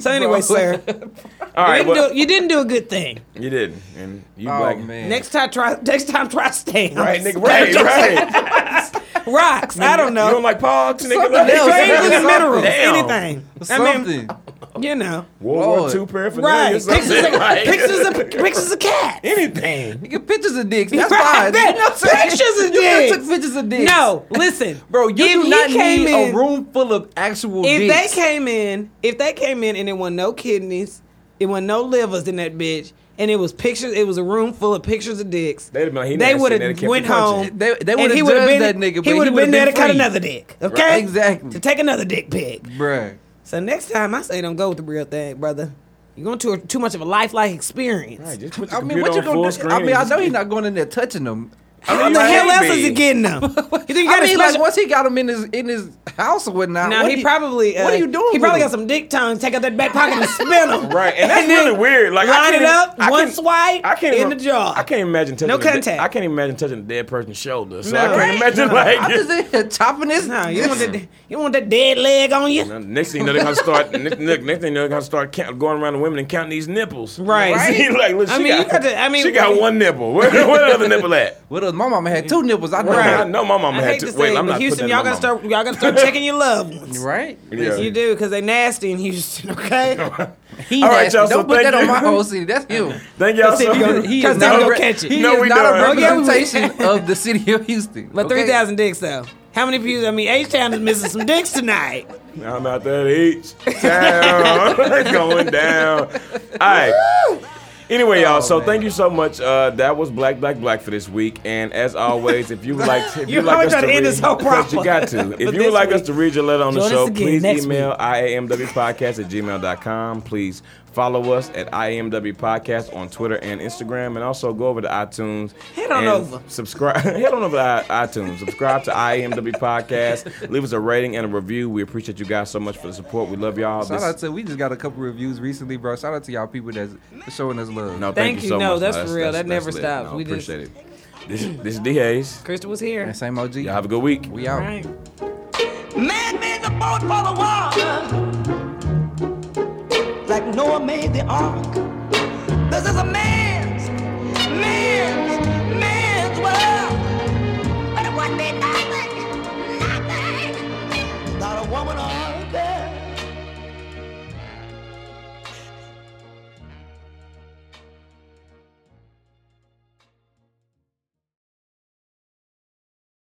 D: So anyway, sir, you
A: All right,
D: didn't,
A: well,
D: do, you didn't do a good thing.
A: you didn't, and you
B: Oh
A: black.
B: man.
D: Next time, try. Next time, try stamps.
A: Right, nigga, right, right.
D: Rocks. I don't know.
A: You don't like pogs, nigga.
B: Something else.
A: Like,
D: Grains and minerals.
A: Damn.
D: Anything.
B: Something.
D: I mean, you know.
A: World
B: Lord.
A: War II paraphernalia,
D: Right.
A: something
D: Pictures of,
A: like-
D: pictures of pictures of cats.
A: anything.
B: you get pictures of dicks. That's
D: Right,
B: fine. You know what I'm saying?
D: pictures of
B: You done
D: dicks.
B: took pictures of dicks.
D: No, listen,
B: Bro, you
D: If
B: do
D: he
B: not need
D: in,
B: a room full of actual
D: If
B: dicks.
D: they came in, if they came in and there were no kidneys, it was no livers in that bitch, and it was pictures. It was a room full of pictures of dicks.
A: They'd have been like, he
D: they
A: nasty,
D: would
A: they'd have
D: have
A: kept
D: went
A: the punches.
D: home.
B: They- they
D: and
B: would've
D: he would've
B: judged
D: been-
B: that nigga, but
D: He
B: he
D: would have
B: would've
D: been there
B: been
D: to cut
B: free.
D: another dick. Okay,
B: Exactly.
D: To take another dick pic.
B: Bruh.
D: So next time I say don't go with the real thing, brother. You're going to too much of a lifelike experience.
A: Right, just put the
B: I mean,
A: computer
B: what you
A: on full
B: gonna do?
A: screen
B: I mean,
A: and
B: I
A: just
B: know
A: get-
B: he's not going in there touching them.
A: I
D: How
A: mean,
D: the
A: you
D: hell
A: ain't
D: else is he
A: big.
D: getting them? you think you
B: I
D: got a
B: mean, like
D: special-
B: once he got him in his in his house or whatnot.
D: Now
B: what
D: he
B: do you-
D: probably. Uh,
B: what are you doing?
D: He probably
B: with
D: got some dick tongues. Take out that back pocket and spin them.
A: Right, and that's really weird. Like, I
D: line
A: can't
D: it
A: even-
D: up,
A: I
D: one
A: can't-
D: swipe,
A: I can't
D: in
A: even-
D: the jaw.
A: I can't imagine touching.
D: No
A: a dead-
D: contact.
A: I can't even imagine touching a dead person's shoulder. So
D: No.
A: I can't
D: Right?
A: imagine
D: No.
A: like.
B: I'm just in here chopping his.
D: No, you want that? You want that dead leg on you?
A: Now, the Next thing you know, they're gonna start. next, next next thing you know, they're gonna start count, going around the women and counting these nipples.
D: Right.
A: See, like, look, she
D: I mean,
A: got,
D: you got to- I mean,
A: she got
D: what-
A: one nipple. Where, where the other nipple at?
B: What else? My mama had two nipples. I know.
A: I
B: Right.
A: know my mama
D: I
A: had
D: hate
A: to.
D: to
A: Wait,
D: say, it,
A: I'm
D: but
A: not
D: Houston,
A: putting
D: y'all
A: that in my
D: gotta
A: mama.
D: start. Y'all gotta start checking your loved ones.
B: right?
A: Yeah.
D: You do because they nasty in Houston. Okay.
B: He
A: All right,
B: nasty.
A: y'all, so
B: Don't put
A: thank
B: that on
A: you.
B: my old city. That's you.
A: Thank y'all
D: Let's see
A: so
D: if you
A: much.
D: gonna- Because they gonna catch it.
B: He
A: No,
B: is
A: we
B: not
A: don't.
B: a
A: Oh,
D: yeah, we-
B: representation of the city of Houston.
D: But
B: okay?
D: three thousand dicks though. How many views? I mean, H Town is missing some dicks tonight.
A: I'm out there each town going down. All right. Anyway,
D: Oh,
A: y'all. So thank you so much. Uh, that was Black Black Black for this week. And as always, if you would like, to, if you,
D: You
A: would like
D: always
A: us
D: gotta
A: to
D: end
A: read,
D: this whole
A: because you
D: proper.
A: got to.
D: For
A: If you would
D: this
A: like us
D: week.
A: to read your letter on the
D: Join us
A: show,
D: again
A: please
D: next
A: email iamwpodcast at gmail.com. Please follow us at iamw podcast on Twitter and Instagram, and also go over to iTunes.
D: Head on
A: and
D: over.
A: Subscribe. Head on over to i- iTunes. Subscribe to IMW Podcast. Leave us a rating and a review. We appreciate you guys so much for the support. We love y'all.
B: Shout
A: This-
B: out to we just got a couple reviews recently, bro. Shout out to y'all people that's showing us love.
A: no, thank,
D: Thank
A: you
D: you.
A: so
D: No,
A: much.
D: that's for real. That never
A: lit.
D: stops.
A: No,
D: We just-
A: appreciate it. This, this is D Hayes.
D: Crystal was here.
B: And same OG.
A: Y'all have a good week.
B: we out.
D: Right.
E: Man made the boat for the water, like Noah made the ark. This is a man's, man's, man's world. But it wasn't made by